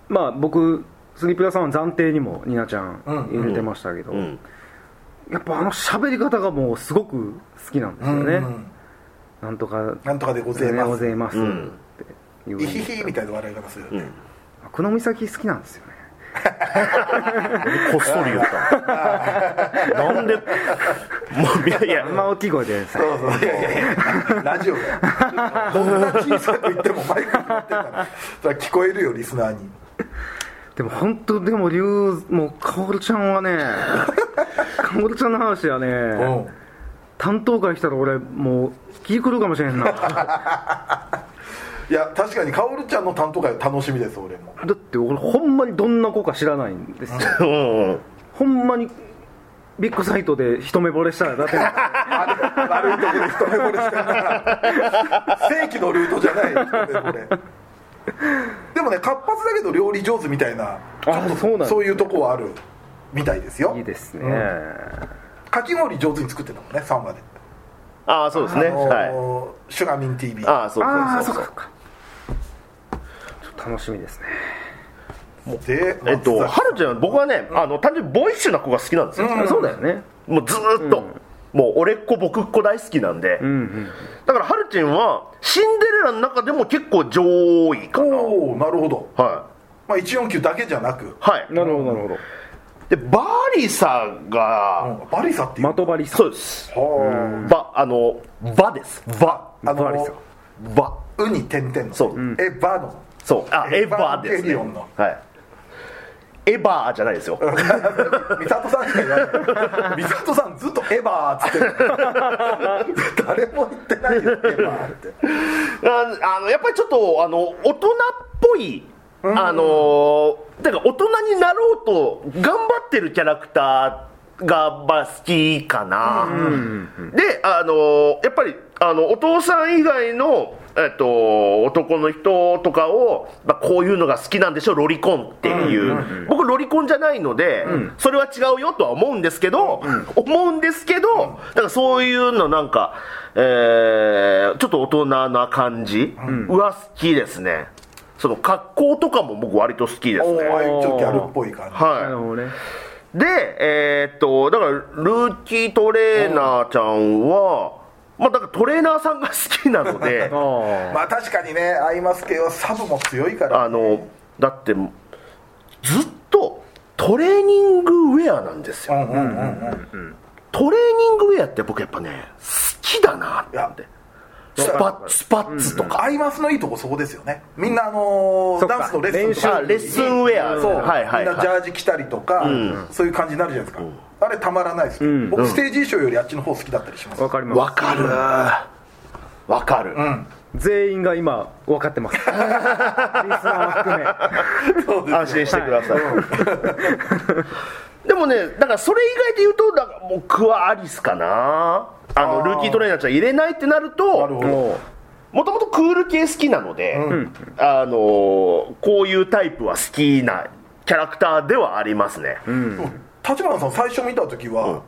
Speaker 2: まあ僕スリプラさんは暫定にもニーナちゃん
Speaker 1: うん
Speaker 2: 入れてましたけど、
Speaker 3: うん
Speaker 2: やっぱあの喋り方がもうすごく好きなんですよね、
Speaker 1: うん
Speaker 2: なんとか
Speaker 1: なんとかでござい
Speaker 2: ご
Speaker 1: ます、
Speaker 2: ざいます
Speaker 3: うん
Speaker 2: っていう
Speaker 1: イヒヒみたいな笑い方する、
Speaker 3: うん
Speaker 2: 久野美咲好きなんですよね
Speaker 3: こっそり言ったのなんで もういやい
Speaker 2: あん
Speaker 3: や
Speaker 2: ま大きい声でさ
Speaker 1: そうそういやいやいやラジオだよどんな小さく言ってもマイクになってるからそれは聞こえるよリスナーに
Speaker 2: でも本当でも龍もう薫ちゃんは ね薫ちゃんの話はね、
Speaker 1: うん
Speaker 2: 担当会来たら俺もう気狂うかもしれん なだ
Speaker 1: いや確かにカオルちゃんの担当会は楽しみです俺も
Speaker 2: って俺ほんまにどんな子か知らないんですよ
Speaker 3: うんうん
Speaker 2: ほんまにビッグサイトで一目惚れしたらだ って
Speaker 1: 悪いとこで一目惚れしてるから 正規のルートじゃない一目惚れでもね活発だけど料理上手みたいなちょっと
Speaker 2: そうなんだ
Speaker 1: そういうとこはあるみたいですよ
Speaker 2: いいですね、
Speaker 1: うんかき氷上手に作ってたもんね3話で、
Speaker 3: ああそうですね
Speaker 1: あの
Speaker 3: はい
Speaker 1: ーシュガーミン TV
Speaker 3: ああそう
Speaker 2: ああ
Speaker 3: そ
Speaker 2: そうう
Speaker 3: そ
Speaker 2: か
Speaker 3: う
Speaker 2: そうかちょっと楽しみですね
Speaker 1: で
Speaker 3: えっと、
Speaker 1: 松
Speaker 3: は
Speaker 1: 崎
Speaker 3: るちゃん、僕はね、あの単純にボーイッシュな子が好きなんですよ、
Speaker 2: そうだよね
Speaker 3: もうずーっと、もう俺っ子、僕っ子大好きなんで、
Speaker 2: うんうん
Speaker 3: だからはるちゃんは、シンデレラの中でも結構上位かな、
Speaker 1: おおなるほど、
Speaker 3: は
Speaker 1: まあ、149だけじゃなく
Speaker 3: い、はい、
Speaker 2: なるほどなるほど
Speaker 3: でバーリーさんが、
Speaker 1: バリサっていう
Speaker 2: まとばりさ
Speaker 3: そうです、
Speaker 1: は
Speaker 3: バ、あの、バです、バ、
Speaker 1: ああ
Speaker 2: バリサ
Speaker 1: の
Speaker 3: バ、
Speaker 1: ウに点々の
Speaker 3: そう
Speaker 1: エヴァの
Speaker 3: そう、あ、エ
Speaker 1: エ
Speaker 3: ヴ
Speaker 1: ヴァ
Speaker 3: ァで
Speaker 1: エ
Speaker 3: す、
Speaker 1: ヴァンゲリ
Speaker 3: ね、
Speaker 1: オンの
Speaker 3: はい、エヴァじゃないですよ、
Speaker 1: 美里さんしか言わない美里さんずっと「エヴァー」っつってる誰も言ってないよ「エヴァー」って
Speaker 3: ああのやっぱりちょっとあの大人っぽい、あのだから大人になろうと頑張ってるキャラクターがまあ好きかな、であのやっぱりあのお父さん以外の、えっと、男の人とかを、まあ、こういうのが好きなんでしょロリコンっていう,、僕ロリコンじゃないので、それは違うよとは思うんですけど、思うんですけど、だからそういうのなんか、えーちょっと大人な感じは好きですねその格好とかも僕割と好きで
Speaker 1: お
Speaker 3: すね
Speaker 1: お前ちょっとギャルっぽい感じ
Speaker 3: はい
Speaker 2: なるほどね、
Speaker 3: で、えーっと、だから、ルーキートレーナーちゃんは、まあ、だからトレーナーさんが好きなので
Speaker 2: あ
Speaker 1: まあ確かにねアイマス系はサブも強いから
Speaker 3: あの、だって、ずっとトレーニングウェアなんです
Speaker 1: う
Speaker 3: よ。
Speaker 1: んうんうんうん
Speaker 3: トレーニングウェアって僕やっぱね、好きだなって思って。スパッ、スパッツとか。
Speaker 1: アイマスのいいとこそこですよねみんなあのー
Speaker 2: そっか
Speaker 1: ダンスのレッスンと
Speaker 3: あ
Speaker 1: か
Speaker 3: レッスンウェア。
Speaker 1: そう、
Speaker 3: はいはい、
Speaker 1: みんなジ
Speaker 3: は
Speaker 1: ャージ着たりとか、そういう感じになるじゃないですか、あれたまらないです、
Speaker 2: ん
Speaker 1: 僕ステージ衣装よりあっちの方好きだったりします、
Speaker 2: あわかり
Speaker 3: い。
Speaker 2: ます
Speaker 3: わかる。わかる。
Speaker 1: ん
Speaker 2: 全員が今分かってます リスナー含め
Speaker 3: 安心してください、でもねだからそれ以外で言うとだから僕はアリスかなあの
Speaker 1: あー
Speaker 3: ルーキートレーナーちゃん入れないってなる
Speaker 1: な
Speaker 3: と
Speaker 1: るほど
Speaker 2: も
Speaker 3: もともとクール系好きなので、
Speaker 1: ん
Speaker 3: あのこういうタイプは好きなキャラクターではありますね、
Speaker 2: う、うん、
Speaker 1: 立花さん最初見た時は、
Speaker 3: うん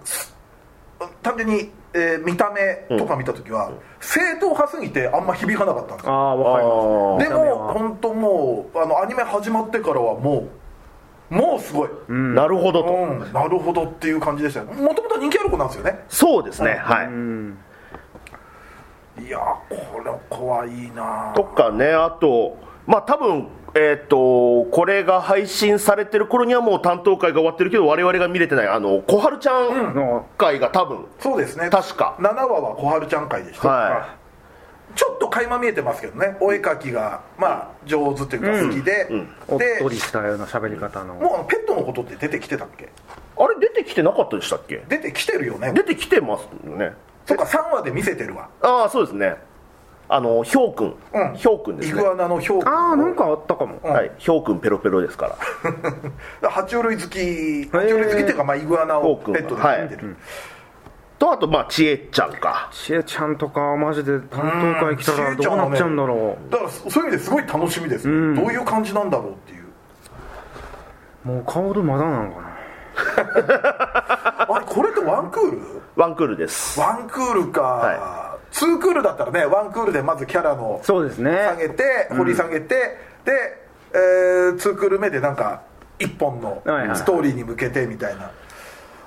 Speaker 1: 単純に、えー見た目とか見た時は、正統派すぎてあんま響かなかったんです
Speaker 2: あ
Speaker 1: よ
Speaker 2: あ分かります
Speaker 3: あー
Speaker 1: で
Speaker 2: 見た目
Speaker 1: も
Speaker 2: は
Speaker 1: 本当もうあのアニメ始まってからはもうもうすごい、うん
Speaker 3: なるほどと、
Speaker 1: なるほどっていう感じでしたよもともと人気ある子なんですよね
Speaker 3: そうですね、はい、
Speaker 2: うん
Speaker 1: いやーこの子はいいな
Speaker 3: とかねあとまあ多分えっ、とこれが配信されてる頃にはもう担当会が終わってるけど我々が見れてないあの小春ちゃ
Speaker 2: あ
Speaker 3: ん
Speaker 2: の
Speaker 3: 会が多分、
Speaker 1: そうですね
Speaker 3: 確か
Speaker 1: 7話は小春ちゃん会でした、
Speaker 3: は
Speaker 1: ちょっと垣間見えてますけどねお絵描きがまあ上手というか好きで、
Speaker 2: おっ
Speaker 1: で
Speaker 2: とりしたような喋り方の
Speaker 1: もうあのペットのことって出てきてたっけ
Speaker 3: あれ出てきてなかったでしたっけ
Speaker 1: 出てきてるよね
Speaker 3: 出てきてますよね
Speaker 1: とか3話で見せてるわ
Speaker 3: ああそうですねあのひょうくん、
Speaker 1: うん
Speaker 3: ひょうくんで
Speaker 1: イ
Speaker 3: すね
Speaker 1: グアナの評価
Speaker 2: ああなんかあったかも
Speaker 3: はい、ひょうくんペロペロですから
Speaker 1: 爬虫類好き爬虫類好きっていうか、まあ、イグアナをペットで飼ってる、
Speaker 3: とあとまあちえちゃんか
Speaker 2: ちえちゃんとかマジで担当会来たらどうなっちゃうんだろう
Speaker 1: だからそそういう意味ですごい楽しみです、
Speaker 2: ん
Speaker 1: どういう感じなんだろうっていう
Speaker 2: もう顔でまだなのかな
Speaker 1: あれこれってワンクール
Speaker 3: ワンクールです
Speaker 1: ワンクールか、ツークールだったらねワンクールでまずキャラの
Speaker 2: そうですね
Speaker 1: 下げて掘り下げて、で、えー、ツークール目でなんか一本の
Speaker 2: はいはい
Speaker 1: ストーリーに向けてみたいな、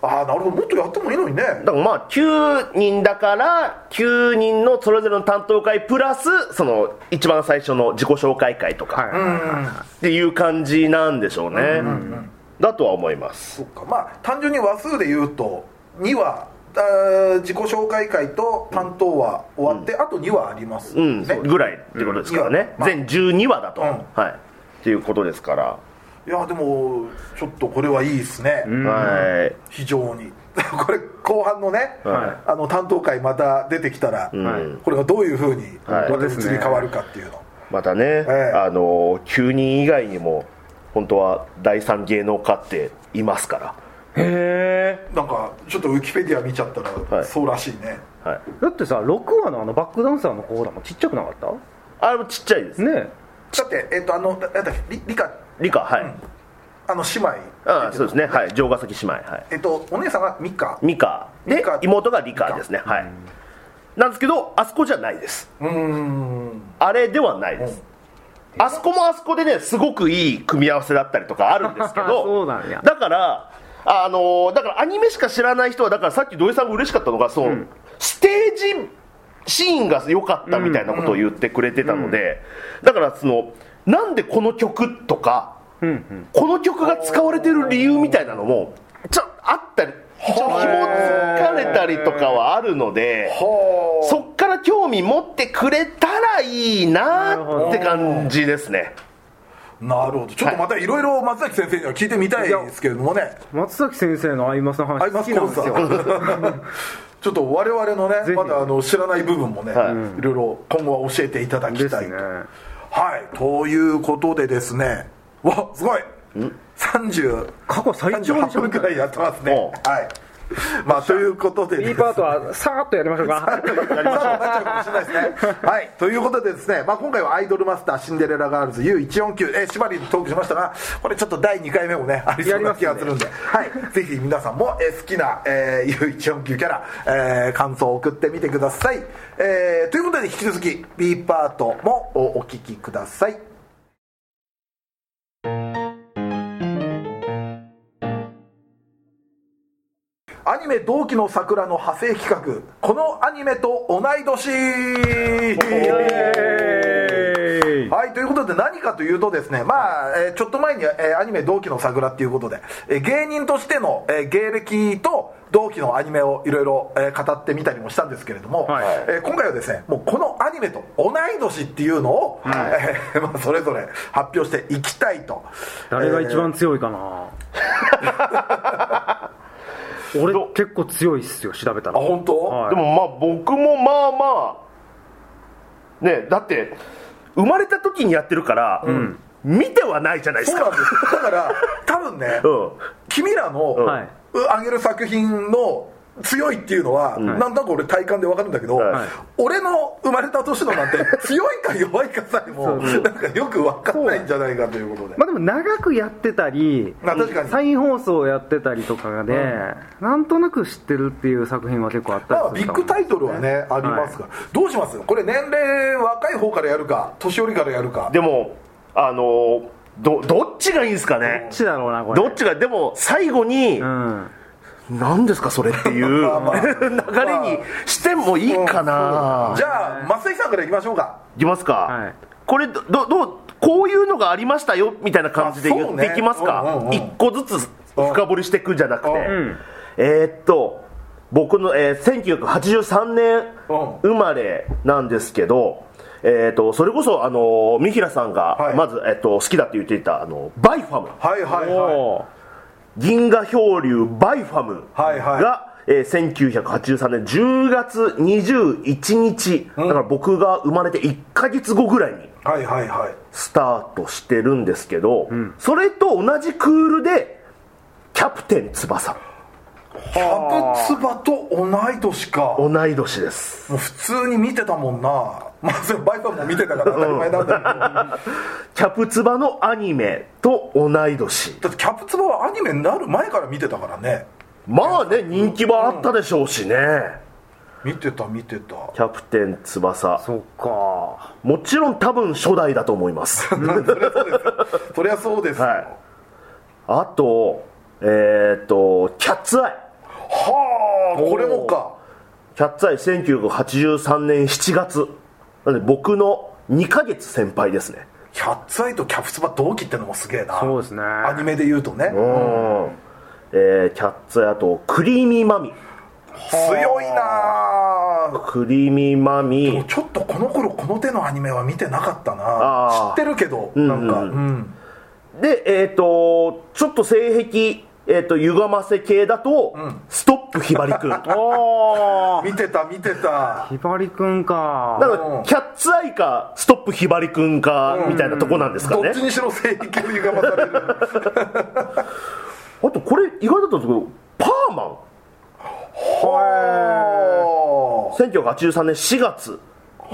Speaker 1: ああなるほどもっとやってもいいのにね
Speaker 3: だからまあ9人だから9人のそれぞれの担当会プラスその一番最初の自己紹介会とか、
Speaker 2: はい、
Speaker 3: っていう感じなんでしょうね、だとは思います
Speaker 1: そっかまあ単純に話数で言うと2話あー自己紹介会と担当は終わって、あと2話あります
Speaker 3: う
Speaker 1: ね、
Speaker 3: ん、ぐらいってことですからね、
Speaker 1: うん
Speaker 3: 全12話だと、
Speaker 1: うん
Speaker 3: はいっていうことですから、
Speaker 1: いやでもちょっとこれはいいですね、
Speaker 3: はい
Speaker 1: 非常に これ後半のね、
Speaker 3: は
Speaker 1: あの担当会また出てきたら、
Speaker 3: ん
Speaker 1: これがどういうふうに
Speaker 3: はい
Speaker 1: また移り変わるかっていうの、
Speaker 3: またね、
Speaker 1: ええ
Speaker 3: あの9人以外にも本当は第三芸能家っていますか
Speaker 2: へ
Speaker 1: なんかちょっとウィキペディア見ちゃったら、
Speaker 3: い
Speaker 1: そうらしいね
Speaker 3: ら、はい、
Speaker 2: えだってさ6話のあのバックダンサーの子らもちっちゃくなかっ
Speaker 3: あれもちっちゃいです
Speaker 2: たねえ
Speaker 1: だってえっ、とあのなんだっけリリカ
Speaker 3: 理科はい、
Speaker 1: あの姉妹
Speaker 3: ああそうですねはい城ヶ崎姉妹はい
Speaker 1: えっ、とお姉さんがミカ
Speaker 3: 美香
Speaker 1: ミ
Speaker 3: で
Speaker 1: カ
Speaker 3: 妹が理科ですねはいなんですけどあそこじゃないです
Speaker 1: うーん
Speaker 3: あれではないです、あそこもあそこでねすごくいい組み合わせだったりとかあるんですけ ど
Speaker 2: そうなんや
Speaker 3: だからあのーだからアニメしか知らない人はだからさっき土井さんが嬉しかったのがその、ステージシーンが良かったみたいなことを言ってくれてたので、だからそのなんでこの曲とか、この曲が使われてる理由みたいなのもちょあったりちょ紐づかれたりとかはあるので
Speaker 1: ほ
Speaker 3: そっから興味持ってくれたらいいなって感じですね
Speaker 1: うなるほどちょっとまたいろいろ松崎先生には聞いてみたいですけれどもね
Speaker 2: 松崎先生のアイマスの
Speaker 1: ア
Speaker 2: 話
Speaker 1: イマ
Speaker 2: 好
Speaker 1: ス
Speaker 2: きな
Speaker 1: コ
Speaker 2: ん
Speaker 1: ン
Speaker 2: で
Speaker 1: サ
Speaker 2: すよ
Speaker 1: ーちょっと我々のね
Speaker 2: ぜひ
Speaker 1: まだあの知らない部分もね、、
Speaker 3: はい
Speaker 1: ろいろ今後は教えていただき
Speaker 2: です
Speaker 1: たいと、
Speaker 2: ね
Speaker 1: はいということでですねわすごい30
Speaker 2: 過去最長に
Speaker 1: 38
Speaker 2: 喋
Speaker 1: 分
Speaker 2: った
Speaker 1: くらいやってますね
Speaker 3: おう
Speaker 1: はいまあということでですね
Speaker 2: いいパートはさーっとやりましょうか
Speaker 1: やりましょうなっちゃうかもしれないですね。はい、ということでですね、まあ、今回は「アイドルマスターシンデレラガールズ U149」えー、縛りでトークしましたがこれちょっと第2回目もねありそうな気がするんで、はい、ぜひ皆さんも、えー好きな、えー U149 キャラ、えー感想を送ってみてください、えーということで引き続き B パートもおお聞きくださいアニメ同期の桜の派生企画このアニメと同い年
Speaker 2: えー
Speaker 1: はいということで何かというとですねまあ、えーちょっと前に、えーアニメ同期の桜っていうことで、えー芸人としての、えー芸歴と同期のアニメをいろいろえー語ってみたりもしたんですけれども、
Speaker 2: はい
Speaker 1: えー今回はですねもうこのアニメと同い年っていうのを、えーまあ、 それぞれ発表していきたいと
Speaker 2: 誰が一番強いか な俺結構強いっすよ調べた
Speaker 1: あ
Speaker 2: ら
Speaker 1: 本当、
Speaker 2: はい
Speaker 3: でもまあ僕もまあまあねだって生まれた時にやってるから、見てはないじゃないで
Speaker 1: そ
Speaker 3: す
Speaker 1: うな
Speaker 3: か
Speaker 1: んですよだから多分ね、
Speaker 3: うん
Speaker 1: 君らの、
Speaker 2: はいう
Speaker 1: 上げる作品の強いっていうのは、なんとなく俺体感でわかるんだけど、
Speaker 3: はい
Speaker 1: 俺の生まれた年のなんて強いか弱いかさえも
Speaker 2: そう
Speaker 1: なんかよくわかんないんじゃないかということで、
Speaker 2: まあでも長くやってたり
Speaker 1: まあ確かに
Speaker 2: 再放送をやってたりとかで、なんとなく知ってるっていう作品は結構あったり
Speaker 1: まあ
Speaker 2: する
Speaker 1: ビッ
Speaker 2: かも
Speaker 1: グタイトルはね、ありますから、どうしますこれ年齢若い方からやるか年寄りからやるか
Speaker 3: でもあのーどどっちがいいんですか
Speaker 2: ど
Speaker 3: ね
Speaker 2: っちだろうなこれ
Speaker 3: どっちがでも最後に、
Speaker 2: うん
Speaker 3: 何ですかそれっていう流
Speaker 1: まあまあ
Speaker 3: れにしてもいいかな
Speaker 1: じ
Speaker 3: じゃあ
Speaker 1: ゃあ松井さんからいきましょうか
Speaker 3: いきますか、
Speaker 2: はい
Speaker 3: これどどどうこういうのがありましたよみたいな感じで
Speaker 1: あそうね
Speaker 3: 言っていきます
Speaker 1: うんうん
Speaker 3: か
Speaker 1: うん
Speaker 3: 一、個ずつ深掘りしていくんじゃなくて、
Speaker 1: うん
Speaker 3: えーっと僕の、えー1983年
Speaker 1: うん
Speaker 3: 生まれなんですけど、えーっとそれこそ、あのー三平さん
Speaker 1: は
Speaker 3: が
Speaker 1: い
Speaker 3: まず、えっと好きだって言っていた、あのバイファム、
Speaker 1: はいはいはい
Speaker 2: おー
Speaker 3: 銀河漂流バイファムが、
Speaker 1: はいはい
Speaker 3: えー1983年10月21日、だから僕が生まれて1ヶ月後ぐらいに
Speaker 1: はいはいはい
Speaker 3: スタートしてるんですけど、それと同じクールでキャプテン翼
Speaker 1: キャブツバと同い年か
Speaker 3: 同い年です
Speaker 1: もう普通に見てたもんなまあそれバイパンも見てたから当たり前なんだけど
Speaker 3: キャプ翼のアニメと同い年
Speaker 1: だってキャプツバはアニメになる前から見てたからね
Speaker 3: まあね人気はあったでしょうしね、
Speaker 1: 見てた見てた
Speaker 3: キャプテン翼
Speaker 2: そっか
Speaker 3: もちろん多分初代だと思います
Speaker 1: そりゃそうですよ
Speaker 3: はいあとえっ、とキャッツアイ
Speaker 1: はあこれもか
Speaker 3: キャッツアイ1983年7月なんで僕の2ヶ月先輩ですね
Speaker 1: キャッツアイとキャプツバ同期ってのもすげえな
Speaker 2: そうですね
Speaker 1: アニメで言うとね
Speaker 3: うん、えーキャッツアイあとクリーミーマミ
Speaker 1: 強いなあ
Speaker 3: クリーミーマミ
Speaker 1: ちょっとこの頃この手のアニメは見てなかった
Speaker 3: あ
Speaker 1: な
Speaker 3: あ
Speaker 1: 知ってるけどなんか
Speaker 3: うん
Speaker 1: うん
Speaker 3: でえっ、とちょっと性癖えっ、と歪ませ系だと、ストップひばり くんだか
Speaker 2: おー
Speaker 1: 見てた見てた
Speaker 2: ひばりくんから
Speaker 3: キャッツアイかストップひばりくんかみたいなとこなんですか
Speaker 1: ど
Speaker 3: ね
Speaker 1: っちにしろ性癖を歪まされる
Speaker 3: あとこれ意外だったんですけどパーマン
Speaker 1: は
Speaker 3: 1983年4月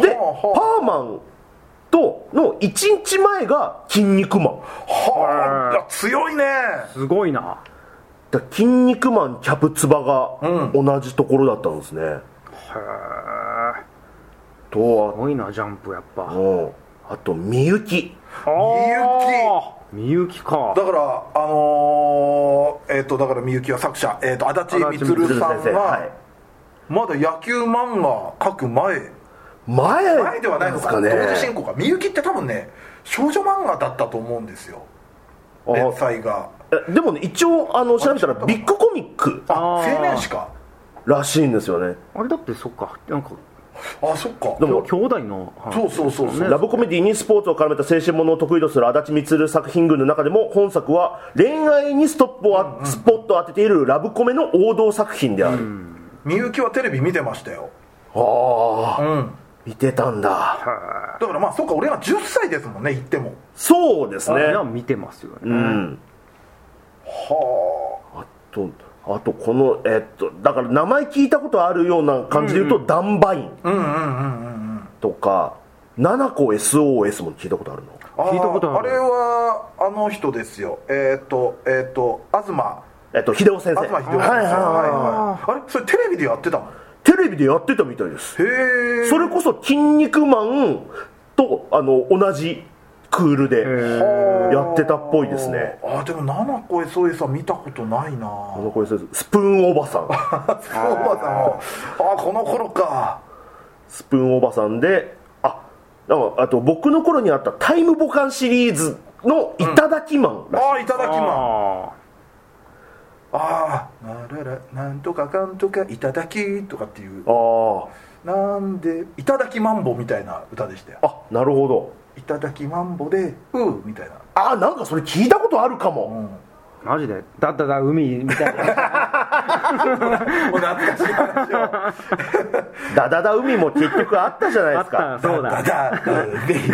Speaker 3: で、
Speaker 1: はあは
Speaker 3: パーマンとの1日前が「筋肉マン」
Speaker 1: あはあいや強いね
Speaker 2: すごいな
Speaker 3: だから筋肉マンキャプツバが同じところだったんですね、とは
Speaker 2: すごいなジャンプやっぱ
Speaker 3: うんあとみゆ
Speaker 2: み
Speaker 3: き
Speaker 2: ゆきみゆきか
Speaker 1: だからあのーえっ、とだからみゆきは作者、えー、と足立
Speaker 3: 鶴
Speaker 1: 光さん
Speaker 3: 先生はい
Speaker 1: はまだ野球漫画描く前
Speaker 3: 前
Speaker 1: 前ではないのか
Speaker 3: で
Speaker 1: 同
Speaker 3: すかね
Speaker 1: 時進行かみゆきって多分ね少女漫画だったと思うんですよ
Speaker 3: あ
Speaker 1: 連載が
Speaker 3: えでもね一応あの調べたらビッグコミック
Speaker 1: あ
Speaker 2: あ
Speaker 1: 青
Speaker 2: ー
Speaker 1: 年誌から
Speaker 3: しいんですよね
Speaker 2: あれだってそっかなんか
Speaker 1: あそっか
Speaker 3: で
Speaker 2: 兄
Speaker 3: も
Speaker 2: 弟の話
Speaker 1: そうそうそうそう、
Speaker 3: ラブコメディにスポーツを絡めた青春ものを得意とする足立光作品群の中でも本作は恋愛にストップをあ、スポットを当てているラブコメの王道作品である、
Speaker 1: みゆきはテレビ見てましたよ
Speaker 3: ああ
Speaker 1: うん
Speaker 3: 見てたんだ
Speaker 1: だからまあそっか俺が10歳ですもんね言っても
Speaker 3: そうですね
Speaker 2: あじゃあ見てますよね、
Speaker 3: うん
Speaker 1: はあ
Speaker 3: あとあとこのえっとだから名前聞いたことあるような感じで言うと、ダンバイン
Speaker 1: うんうんうんうんうん
Speaker 3: とか七個 SOS も聞いたことあるの
Speaker 1: あー
Speaker 2: 聞いたことある
Speaker 1: あれはあの人ですよえっ、とえっ、と東
Speaker 3: えっと秀夫先生
Speaker 1: 東秀夫さん
Speaker 3: は
Speaker 1: はい
Speaker 3: いはいは
Speaker 1: はいあれそれテレビでやってたの
Speaker 3: いテレビでやってたみたいです
Speaker 1: へえ
Speaker 3: それこそ「筋肉マンと」あの同じクールでやってたっぽいですね
Speaker 1: あーでも七子 SOS は見たことないな
Speaker 3: あ
Speaker 1: あ
Speaker 3: のこれスプーンお ばさん
Speaker 1: そうだなあーこの頃か
Speaker 3: スプーンおばさんであなんかあと僕の頃にあった「タイムボカン」シリーズの「いただきマン」らしい
Speaker 1: ああいただきま
Speaker 2: あ
Speaker 1: ああなららなんとかかんとかいただきとかっていう
Speaker 3: あ
Speaker 1: なんでいただきマンボみたいな歌でしたよ
Speaker 3: ああなるほど
Speaker 1: いただきマンボでうーみたいな
Speaker 3: あなんかそれ聞いたことあるかも、
Speaker 2: ーマジでだっただ海みたいな
Speaker 1: もう懐かしい話を
Speaker 3: ダダダ海も結局あったじゃない
Speaker 2: あ
Speaker 3: で
Speaker 2: っ
Speaker 3: す
Speaker 2: た
Speaker 3: か
Speaker 2: そ う
Speaker 1: だ
Speaker 2: だ
Speaker 1: だ うんでいいいい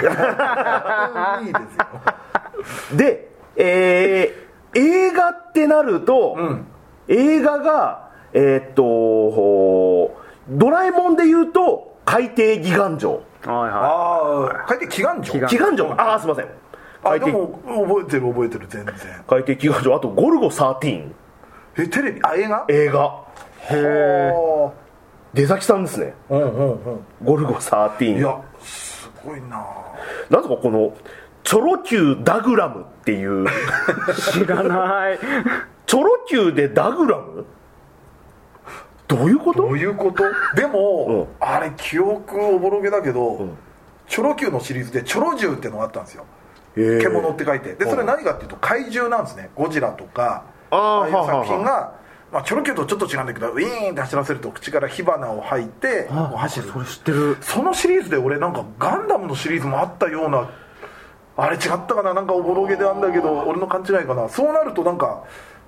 Speaker 1: ですよ
Speaker 3: でえー映画ってなると、
Speaker 1: ん
Speaker 3: 映画がえーっとほードラえもんで言うと海底ギガン城
Speaker 2: はいは
Speaker 1: ああ書いて祈願城
Speaker 2: 祈願
Speaker 3: ギガン城ああすいません
Speaker 1: あ
Speaker 3: 海
Speaker 1: で
Speaker 3: 底
Speaker 1: も覚えてる覚えてる全然
Speaker 3: 海底ギガン城あとゴルゴ13
Speaker 1: えテレビあ映画
Speaker 3: 映画
Speaker 2: いへえ
Speaker 1: あ
Speaker 3: 出崎さんですね
Speaker 1: ーうんうんうん
Speaker 3: ゴルゴ13
Speaker 1: いやすごいな
Speaker 3: なんすかこのチョロ Q ダグラムっていう
Speaker 2: 知らない
Speaker 3: チョロ Q でダグラムどういうこと
Speaker 1: どういうことでも、
Speaker 3: う
Speaker 1: あれ記憶おぼろげだけど、
Speaker 3: ん
Speaker 1: チョロ Q のシリーズでチョロ銃ってのがあったんですよ
Speaker 3: へえ
Speaker 1: 獣って書いてでそれ何かっていうと怪獣なんですねゴジラとか
Speaker 3: あー
Speaker 1: ああいう
Speaker 3: はあは
Speaker 1: 作
Speaker 3: あ
Speaker 1: 品が、まあ、チョロ Q とちょっと違うんだけどウィーンって走らせると口から火花を吐いてこう走る
Speaker 2: それ知ってる
Speaker 1: そのシリーズで俺なんかガンダムのシリーズもあったようなあれ違ったかななんかおぼろげであんだけど俺の勘違いかなそうなるとなんか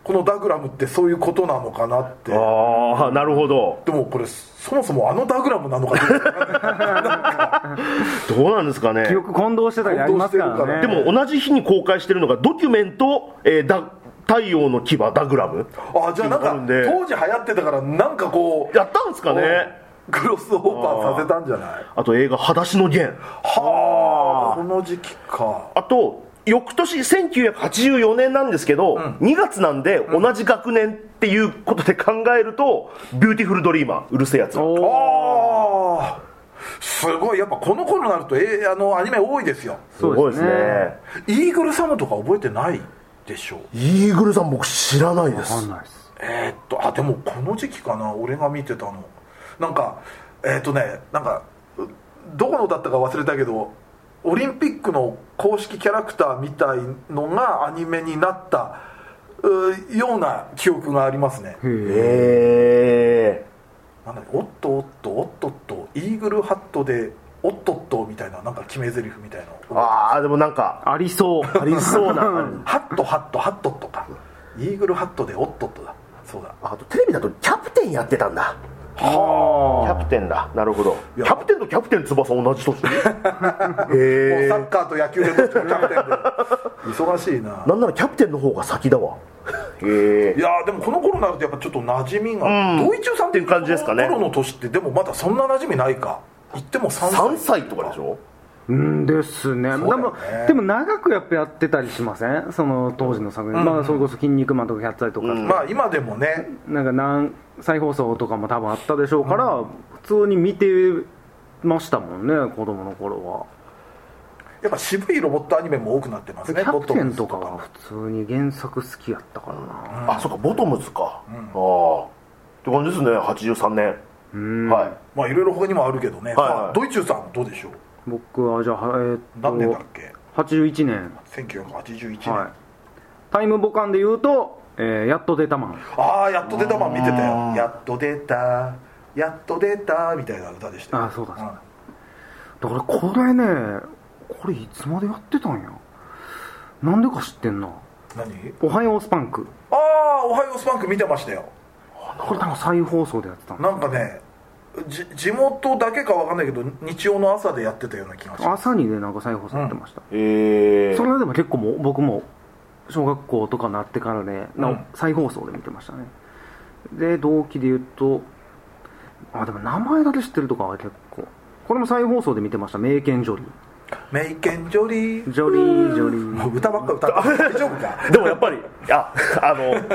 Speaker 1: このダグラムってそういうことなのかなって
Speaker 3: ああなるほど
Speaker 1: でもこれそもそもあのダグラムなのかどうかわかんない
Speaker 3: どうなんですかね
Speaker 2: 記憶混同してたりありますか
Speaker 1: 混同
Speaker 2: ら
Speaker 1: し
Speaker 2: ね
Speaker 1: て
Speaker 3: でも同じ日に公開してるのがドキュメント、えーだ太陽の牙ダグラム
Speaker 1: あじゃあなん
Speaker 3: あ
Speaker 1: か
Speaker 3: るんで
Speaker 1: 当時流行ってたからなんかこう
Speaker 3: やったんですかね
Speaker 1: クロスオーバーさせたんじゃない
Speaker 3: あと映画「裸足のゲン
Speaker 1: はあこの時期か
Speaker 3: あと翌年1984年なんですけど、2月なんで同じ学年っていうことで考えると「ビューティフルドリーマー」うるせえやつ
Speaker 2: おお
Speaker 1: ああすごいやっぱこの頃になるとえーあのアニメ多いですよ
Speaker 3: すごいですね
Speaker 1: イーグルサムとか覚えてないでしょう
Speaker 3: イーグルさん僕知らないで
Speaker 2: わか
Speaker 3: す
Speaker 2: んないです
Speaker 1: えーっとあでもこの時期かな俺が見てたのなんかえーっとねなんかうどこのだったか忘れたけどオリンピックの公式キャラクターみたいのがアニメになったうような記憶がありますね
Speaker 3: へえ
Speaker 1: なんだっけおっとおっとおっとっとイーグルハットでおっとっとみたいななんか決め台詞みたいな
Speaker 3: ああでもなんか
Speaker 2: ありそう
Speaker 3: ありそう な感じ
Speaker 1: ハットハットハットっとかイーグルハットでおっとっとだそうだ
Speaker 3: あとテレビだとキャプテンやってたんだキャプテンだなるほどキ
Speaker 1: や
Speaker 3: ャプテンとキャプテン翼同じ年
Speaker 1: もうサ
Speaker 3: へえ
Speaker 1: ッカーと野球でどっちもキャプテンで忙しいな
Speaker 3: なんならキャプテンの方が先だわへ
Speaker 1: い
Speaker 3: え
Speaker 1: やーでもこの頃になるとやっぱちょっと馴染みが、
Speaker 3: うん
Speaker 1: ドイツさん
Speaker 3: っていう感じですかね
Speaker 1: この頃の年ってでもまだそんな馴染みないか言っても3歳
Speaker 3: 3歳とかでしょ
Speaker 2: うんですね
Speaker 1: そうだ
Speaker 2: で
Speaker 1: よ
Speaker 2: も
Speaker 1: ね
Speaker 2: でも長くやっぱやってたりしませんその当時の作品、まあ、それこそ「筋肉マン」とか「キャッツアイ」とか、
Speaker 1: まあ今でもね
Speaker 2: なんか何再放送とかも多分あったでしょうから、普通に見てましたもんね子供の頃
Speaker 1: やっぱ渋いロボットアニメも多くなってま
Speaker 2: はキ
Speaker 1: すね
Speaker 2: ャプテン
Speaker 1: ボト
Speaker 2: とか
Speaker 1: ムズ
Speaker 2: は普通に原作好きやったからな
Speaker 3: あそっかボトムズかああって感じですね83年はい
Speaker 1: まあいろいろ他にもあるけどね、
Speaker 3: はい
Speaker 1: さあドイツさんどうでしょう
Speaker 2: 僕はじゃあえーっと
Speaker 1: 何年だっけ
Speaker 2: 81年
Speaker 1: 1981年、
Speaker 2: はいタイムボカンで言うと、えーやっと出たマン
Speaker 1: ああやっと出たマン見てたよ
Speaker 3: うん
Speaker 1: やっと出たやっと出たみたいな歌でしたよ
Speaker 2: あそうだそうだだからこれねこれいつまでやってたんやなんでか知ってんな
Speaker 1: うん何
Speaker 2: 「おはようスパンク
Speaker 1: ああおはようスパンク見てましたよ」
Speaker 2: これ多分再放送でやってたの
Speaker 1: なんかねじ地元だけかわかんないけど日曜の朝でやってたような気がします
Speaker 2: 朝にねなんか再放送やってました、
Speaker 3: へえ
Speaker 2: それはでも結構もう僕も小学校とかなってからね、な
Speaker 1: うん
Speaker 2: 再放送で見てましたねで同期で言うとあでも名前だけ知ってるとかは結構これも再放送で見てました名犬ジョリ
Speaker 1: メイケンジョリ
Speaker 2: ー
Speaker 1: ー
Speaker 2: ジョリージョリー
Speaker 1: もう歌ばっか歌って大 丈夫か
Speaker 3: でもやっぱりああの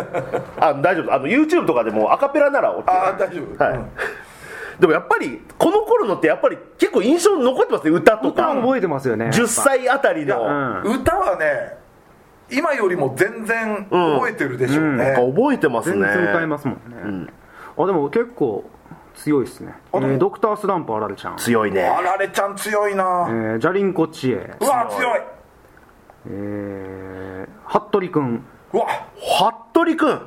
Speaker 3: あ大丈夫あの YouTube とかでもアカペラなら OK
Speaker 1: ああ大丈夫、
Speaker 3: はい
Speaker 1: うん
Speaker 3: でもやっぱりこの頃のってやっぱり結構印象に残ってますね歌と
Speaker 2: 歌
Speaker 3: か
Speaker 2: 覚えてますよね
Speaker 3: 10歳あたりの、
Speaker 1: いや
Speaker 3: なん
Speaker 2: うん
Speaker 1: 歌はね今よりも全然覚えてるでしょうね、
Speaker 3: か覚えてますね
Speaker 2: 全然歌えますもんね、あでも結構強いですね、え
Speaker 1: あでも
Speaker 2: ードクタースランプあられちゃん、
Speaker 3: 強いね
Speaker 1: あられちゃん強い
Speaker 2: え
Speaker 1: な、
Speaker 2: ー、ジャリンコチエ、
Speaker 1: うわ強い
Speaker 2: えー、服部君
Speaker 1: うわ
Speaker 3: 服部君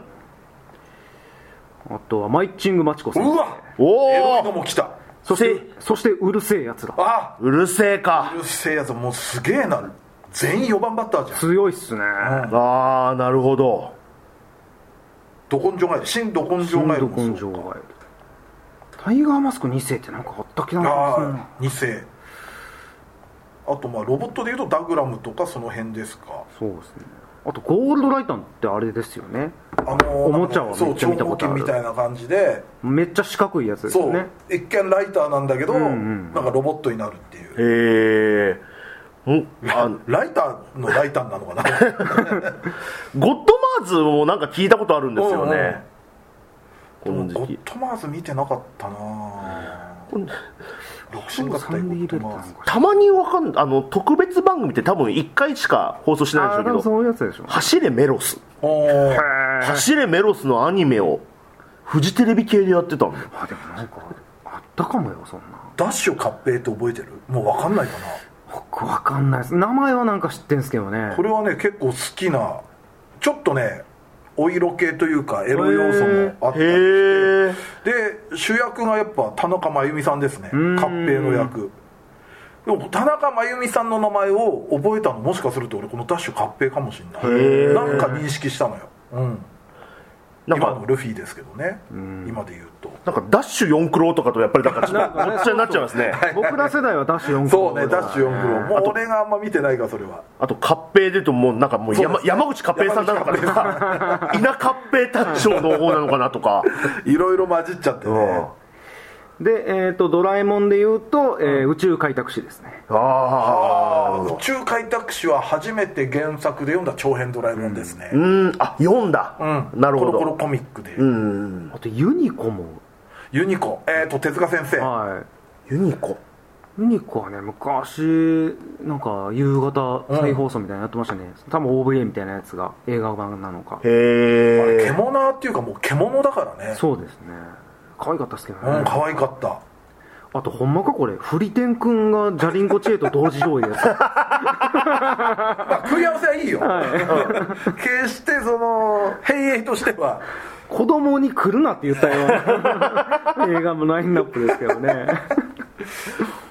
Speaker 2: あとはマイッチングマチコさん
Speaker 1: うわエロい
Speaker 3: お
Speaker 1: の
Speaker 3: お
Speaker 1: も来た
Speaker 2: そして
Speaker 3: せ
Speaker 2: そしてうるせえやつら
Speaker 1: あ
Speaker 3: うるせえ
Speaker 1: う
Speaker 3: か
Speaker 1: るせえやつもうすげえな全員4番バッターじゃん
Speaker 2: 強いっすね
Speaker 1: うん
Speaker 3: ああなるほど
Speaker 1: ど根性ガエル新ど根性
Speaker 2: 新
Speaker 1: ガエル
Speaker 2: ど
Speaker 1: もそう
Speaker 2: 根性ガエルタイガーマスク2世ってなんかあったっけな
Speaker 1: ああ2世あとまあロボットでいうとダグラムとかその辺ですか
Speaker 2: そうですねあとゴールドライターってあれですよね
Speaker 1: あの
Speaker 2: おもちゃは
Speaker 1: そ
Speaker 2: め
Speaker 1: う
Speaker 2: っちゃ
Speaker 1: 長
Speaker 2: 見た
Speaker 1: 方
Speaker 2: ことあ
Speaker 1: 形
Speaker 2: る
Speaker 1: みたいな感じで
Speaker 2: めっちゃ四角いやつです
Speaker 1: そ
Speaker 2: よ
Speaker 1: う、
Speaker 2: ね
Speaker 1: 一見ライターなんだけど、
Speaker 2: んうん
Speaker 1: なんかロボットになるっていう
Speaker 3: へえんあ
Speaker 1: ライターのライターなのかな
Speaker 3: ゴッドマーズもなんか聞いたことあるんですよね、
Speaker 1: うんうんで
Speaker 3: こ
Speaker 1: も
Speaker 3: の
Speaker 1: ゴ
Speaker 3: 時
Speaker 1: ッ
Speaker 3: 期
Speaker 1: ドマーズ見てなかったな六神合体
Speaker 2: 3
Speaker 1: ゴ
Speaker 2: で入
Speaker 1: ッド
Speaker 2: れた
Speaker 1: マ
Speaker 2: の
Speaker 1: ーズ
Speaker 2: か
Speaker 3: たまにわかんあの特別番組って多分1回しか放送しないん
Speaker 2: ああ
Speaker 3: で
Speaker 2: 多
Speaker 3: しょ
Speaker 2: 分
Speaker 3: うけど
Speaker 2: そういうやつでしょ
Speaker 3: 「走れメロス」
Speaker 1: お
Speaker 2: へ
Speaker 1: ー
Speaker 3: 「
Speaker 2: え
Speaker 3: 走れメロス」のアニメをフジテレビ系でやってたんだ
Speaker 2: あでもなんかあったかもよそんな
Speaker 1: ダッシュ合併って覚えてるもう分かんないか
Speaker 2: 僕わかんないです名前はなんか知ってんすけどね
Speaker 1: なこれはね結構好きなちょっとねお色系というかエロ要素もあったりして
Speaker 3: へえ
Speaker 1: で主役がやっぱ田中真由美さんですね合
Speaker 2: ん
Speaker 1: 併の役でも田中真由美さんの名前を覚えたのもしかすると俺この「ダッシュ合併かもしんない
Speaker 3: ー
Speaker 1: なんか認識したのよ、うん、
Speaker 3: なん
Speaker 1: 今
Speaker 3: か
Speaker 1: のルフィですけどね今で言うと
Speaker 3: なんかダッシュ4クロとかとやっぱりなんかちょっとごっちゃになっちゃいますね
Speaker 2: 僕ら世代はダッシュ4
Speaker 1: そうねダッシュ4クロ
Speaker 2: ロ
Speaker 1: もう俺があんま見てないからそれは
Speaker 3: あと合併で言うともうなんかもう山
Speaker 1: そうですね
Speaker 3: 山口合併さんなのかなとか稲合併大賞の方なのかな とか
Speaker 1: いろいろ混じっちゃってね
Speaker 2: で、えー、とドラえもんで言うと、えー宇宙開拓士ですね
Speaker 3: ああ
Speaker 1: 宇宙開拓士は初めて原作で読んだ長編ドラえもんですね、
Speaker 3: うーんあ読んだ、
Speaker 1: うん
Speaker 3: なるほど
Speaker 1: コロコロコミックで、
Speaker 3: うん
Speaker 2: あとユニコも
Speaker 1: ユニコえっ、と手塚先生、
Speaker 2: はい
Speaker 3: ユニコ
Speaker 2: ユニコはね昔なんか夕方再放送みたいなのやってましたね、多分 OVA みたいなやつが映画版なのか
Speaker 3: へ
Speaker 1: あれ
Speaker 3: え
Speaker 1: 獣っていうかもう獣だからね
Speaker 2: そうですね可愛かったですけどね、
Speaker 1: うん可愛かった
Speaker 2: あとほんまかこれフリテン君がジャリンコチエと同時上映 です
Speaker 1: まあ食い合わせはいいよ、うん決してその変営としては
Speaker 2: 子供に来るなって言ったような 映画のラインナップですけど ね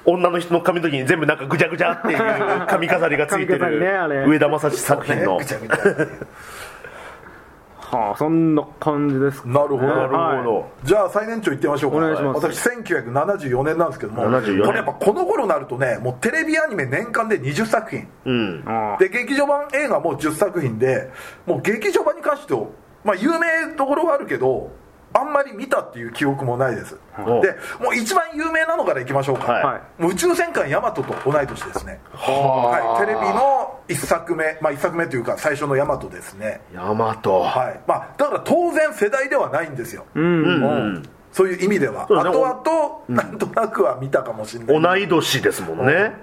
Speaker 3: 女の人の髪の時に全部なんかぐちゃぐちゃっていう髪飾りがついて
Speaker 2: 髪飾りねあ
Speaker 3: る
Speaker 2: れ
Speaker 3: 上田正史作品
Speaker 1: ね
Speaker 3: の
Speaker 1: ぐちゃぐちゃっていう
Speaker 2: はあそんな感じですかね
Speaker 1: なるほど
Speaker 2: は
Speaker 3: ないるほど、
Speaker 1: じゃあ最年長いってみましょうか
Speaker 2: お願いします
Speaker 1: 私1974年なんですけども
Speaker 3: 74年
Speaker 1: これやっぱこの頃になるとねもうテレビアニメ年間で20作品
Speaker 3: うん
Speaker 2: あ
Speaker 1: で劇場版映画も10作品でもう劇場版に関しては、まあ、有名どころはあるけどあんまり見たっていう記憶もないです、
Speaker 3: はい
Speaker 1: でもう一番有名なのからいきましょうか、
Speaker 3: はい
Speaker 2: はい
Speaker 1: もう宇宙戦艦ヤマトと同い年ですね
Speaker 3: はあ
Speaker 1: い、テレビの1作目、まあ、1作目というか最初のヤマトですね
Speaker 3: ヤマト
Speaker 1: はいまあだから当然世代ではないんですよ、
Speaker 2: うん、
Speaker 3: うん、
Speaker 1: そういう意味では
Speaker 3: そうですね
Speaker 1: 後々なんとなくは見たかもしれない、
Speaker 3: 同い年ですものね、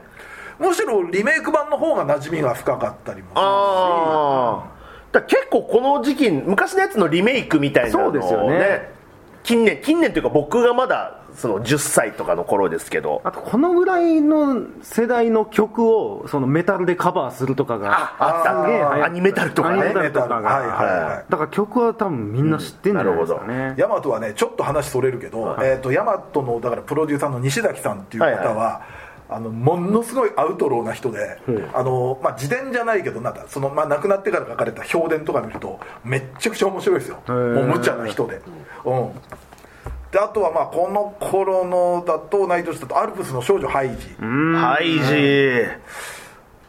Speaker 1: むしろリメイク版の方が馴染みが深かったりもするし
Speaker 3: ああだから結構この時期昔のやつのリメイクみたいなのを
Speaker 2: そうですよね
Speaker 3: 近年近年というか僕がまだその10歳とかの頃ですけど
Speaker 2: あとこのぐらいの世代の曲をそのメタルでカバーするとかが
Speaker 3: あった
Speaker 2: すげえ流行っ
Speaker 3: ね
Speaker 2: た
Speaker 3: アニメタルとか
Speaker 2: アニメ
Speaker 3: ね
Speaker 2: タルとかが
Speaker 1: はいはいはい、
Speaker 2: だから曲は多分みんな知ってんじゃないですかね、
Speaker 3: うん
Speaker 1: ヤマトはねちょっと話それるけど、えー、とヤマトのだからプロデューサーの西崎さんっていう方は、
Speaker 3: はい
Speaker 1: あのものすごいアウトローな人で、あのまあ、自伝じゃないけどなんだその、まあ、亡くなってから書かれた評伝とか見るとめっちゃくちゃ面白いですよもう無茶な人で。うんであとはまあこの頃のだと同い年だとアルプスの少女ハイジ
Speaker 3: ハイジー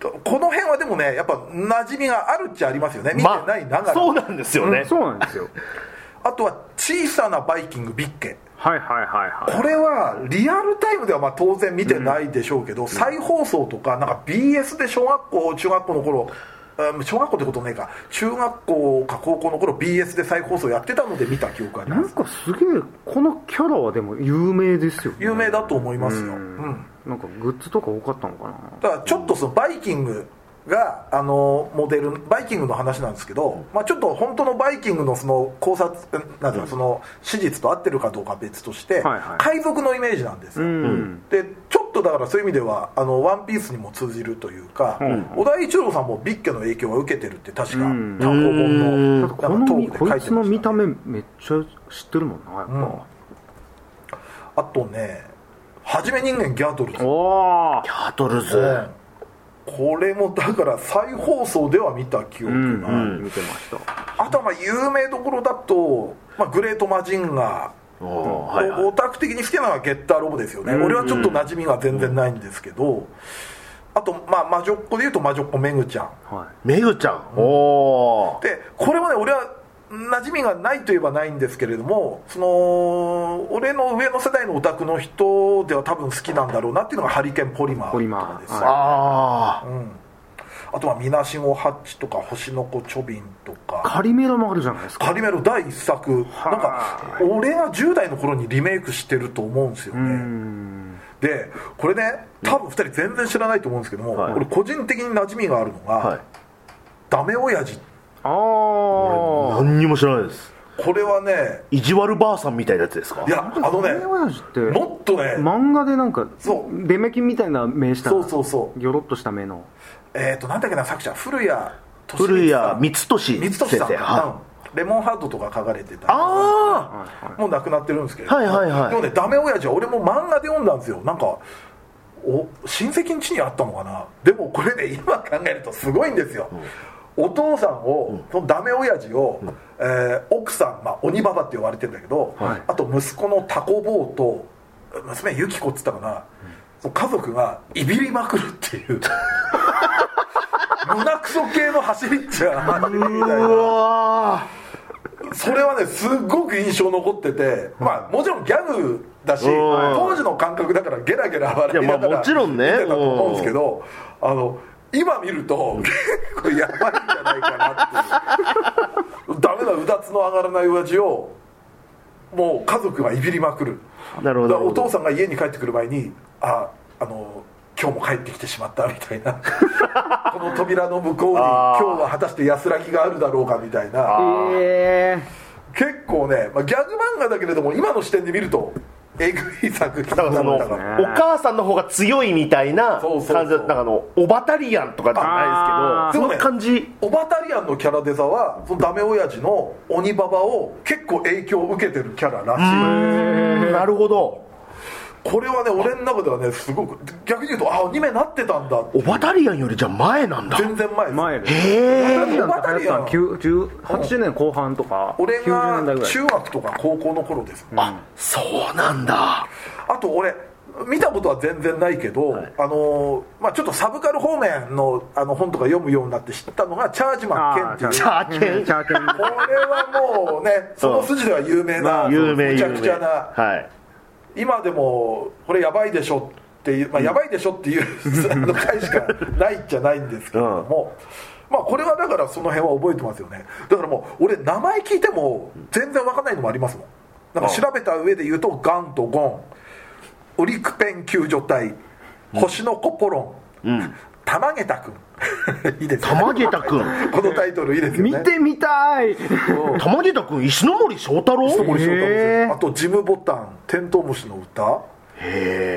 Speaker 1: とこの辺はでもねやっぱ馴染みがあるっちゃありますよね見て
Speaker 3: ま
Speaker 1: ないながら、
Speaker 3: あそうなんですよね、
Speaker 2: うんそうなんですよ
Speaker 1: あとは「小さなバイキングビッケ」
Speaker 2: はいはいはいはい
Speaker 1: これはリアルタイムではまあ当然見てないでしょうけど、再放送とかなんか BS で小学校中学校の頃うん小学校ってことねえか中学校か高校の頃 BS で再放送やってたので見た記憶があり
Speaker 2: な
Speaker 1: ま
Speaker 2: ん
Speaker 1: す
Speaker 2: かすげえこのキャラはでも有名ですよね
Speaker 1: 有名だと思いますよ、
Speaker 2: うん
Speaker 1: うん
Speaker 2: なんかグッズとか多かったのかな
Speaker 1: だからちょっとそのバイキングがあのモデルバイキングの話なんですけど、まあ、ちょっと本当のバイキングのその考察なんていうのその史実と合ってるかどうかは別として、
Speaker 2: はいはい
Speaker 1: 海賊のイメージなんですよ、
Speaker 2: うん
Speaker 1: でちょっとだからそういう意味では「あのワンピースにも通じるというか、小田井一郎さんもビッケの影響は受けてるって確か
Speaker 2: うん
Speaker 1: 単行本の
Speaker 2: だってこの
Speaker 1: トー
Speaker 2: み
Speaker 1: クで書
Speaker 2: こ
Speaker 1: いてま
Speaker 2: い
Speaker 1: し
Speaker 2: つの見
Speaker 1: た
Speaker 2: た
Speaker 1: ね
Speaker 2: 目めっちゃ知ってるもんなやっぱ、
Speaker 1: あとね「はじめ人間ギャドルズ」
Speaker 2: おお
Speaker 3: キャトルズ
Speaker 1: うんこれもだから再放送では見た記憶が、
Speaker 2: うん、
Speaker 3: ん
Speaker 2: 見てました
Speaker 1: あとはまあ有名どころだと、まあ、グレートマジンガー
Speaker 3: おおはいはい
Speaker 1: オタク的に好きなのはゲッターロボですよね、
Speaker 2: うん
Speaker 1: 俺はちょっと馴染みが全然ないんですけど、あと、まあ、魔女っ子でいうと魔女っ子めぐちゃん
Speaker 2: はい
Speaker 3: めぐちゃんおお
Speaker 1: でこれもね俺は馴染みがないといえばないんですけれどもその俺の上の世代のオタクの人では多分好きなんだろうなっていうのがハリケーンポリマー
Speaker 2: ポリマー
Speaker 1: とかです、
Speaker 2: はい
Speaker 3: ああ
Speaker 1: うん、あとはみなしごハッチとか星の子チョビンとか
Speaker 2: 仮メロもあるじゃないですか
Speaker 1: カリメロ第一作
Speaker 2: はあ
Speaker 1: なんか俺が10代の頃にリメイクしてると思うんですよ
Speaker 2: う
Speaker 1: ね
Speaker 2: ん
Speaker 1: でこれね多分2人全然知らないと思うんですけども、
Speaker 3: はい
Speaker 1: 俺個人的に馴染みがあるのが、
Speaker 3: はい
Speaker 1: ダメ親父
Speaker 2: ああ
Speaker 3: 何にも知らないです
Speaker 1: これはね
Speaker 3: 意地悪ばあさんみたいなやつですか
Speaker 1: いやあのね
Speaker 2: 親父って
Speaker 1: もっとね
Speaker 2: 漫画でなんか
Speaker 1: そう
Speaker 2: デメキンみたいな目した
Speaker 1: そうそうそう
Speaker 2: ギョロッとした目の
Speaker 1: えっ、となんだっけな作者古谷敏
Speaker 3: 古谷光
Speaker 1: 光
Speaker 3: 俊先
Speaker 1: 俊
Speaker 3: 生
Speaker 1: さん
Speaker 3: はい
Speaker 1: かうんレモンハートとか書かれてた
Speaker 3: ああ
Speaker 1: もう亡くなってるんですけど、
Speaker 3: はいはいはい
Speaker 1: でもねダメ親父は俺も漫画で読んだんですよなんかお親戚ん家にあったのかなでもこれね今考えるとすごいんですよ、お父さんを、そのダメ親父を、えー奥さん、まあ、鬼ババって呼ばれてるんだけど、
Speaker 2: はい
Speaker 1: あと息子のタコ坊と娘ユキコっつったかな、その家族がいびりまくるっていう 胸クソ系の走りっちゃ走りみたいな
Speaker 3: うわ
Speaker 1: それはねすっごく印象残ってて、まあ、もちろんギャグだし
Speaker 3: うん
Speaker 1: 当時の感覚だからゲラゲラ笑いなが
Speaker 3: いやまあ
Speaker 1: ら
Speaker 3: もちろんね
Speaker 1: 見てたと思うんですけどあの今見ると結構やばいんじゃないかなっていう ダメなうだつの上がらない親父をもう家族がいびりまくる
Speaker 3: ーなるほ
Speaker 1: だ
Speaker 3: ど
Speaker 1: からお父さんが家に帰ってくる前にああの今日も帰ってきてしまったみた いなこの扉の向こうに今
Speaker 3: あー
Speaker 1: 日は果たして安らぎがあるだろうかみたいな
Speaker 2: ええ
Speaker 1: 結構ね、まあ、ギャグ漫画だけれども今の視点で見るとえぐい作品
Speaker 3: だからそのお
Speaker 1: だったから
Speaker 3: 母さんの方が強いみたいな
Speaker 1: そう
Speaker 3: 感
Speaker 1: そう
Speaker 3: じ
Speaker 1: そう
Speaker 3: だなんかあのオバタリアンとかじゃないですけど
Speaker 1: あー
Speaker 3: その感じ
Speaker 1: オバタリアンのキャラデザはそのダメ親父の鬼ババを結構影響を受けてるキャラらしい
Speaker 3: なるほど
Speaker 1: これはね俺の中ではねすごく逆に言うとあアニメになってたんだ
Speaker 3: オバタリアンよりじゃ前なんだ
Speaker 1: 全然前です
Speaker 2: 前です
Speaker 3: へえ
Speaker 1: だってオバタリアン
Speaker 2: 80年後半とか
Speaker 1: 俺
Speaker 2: 90年代
Speaker 1: が
Speaker 2: ぐらい
Speaker 1: 中学とか高校の頃です、
Speaker 3: あそうなんだ
Speaker 1: あと俺見たことは全然ないけど、あのーまあ、ちょっとサブカル方面のあの本とか読むようになって知ったのが「チャージマンケン」っていう
Speaker 3: チャーケン
Speaker 2: うんチャーケン
Speaker 1: これはもうねその筋では有名な、
Speaker 3: 有名有名
Speaker 1: むちゃくちゃな、
Speaker 3: はい
Speaker 1: 今でもこれやばいでしょっていう、まあ、やばいでしょっていう あの回しかないじゃないんですけれども、まあこれはだからその辺は覚えてますよねだからもう俺名前聞いても全然わかんないのもありますもんなんか調べた上で言うとガンとゴンオリクペン救助隊星のコポロン、玉毛太君 いいですね
Speaker 3: 玉毛太くん
Speaker 1: このタイトルいいですよね
Speaker 2: 見てみたい
Speaker 3: 玉毛太くん石ノ森章太郎
Speaker 1: 森章太郎
Speaker 2: へ
Speaker 1: で
Speaker 2: ー
Speaker 1: すあと「ジムボタンテントウムシの歌」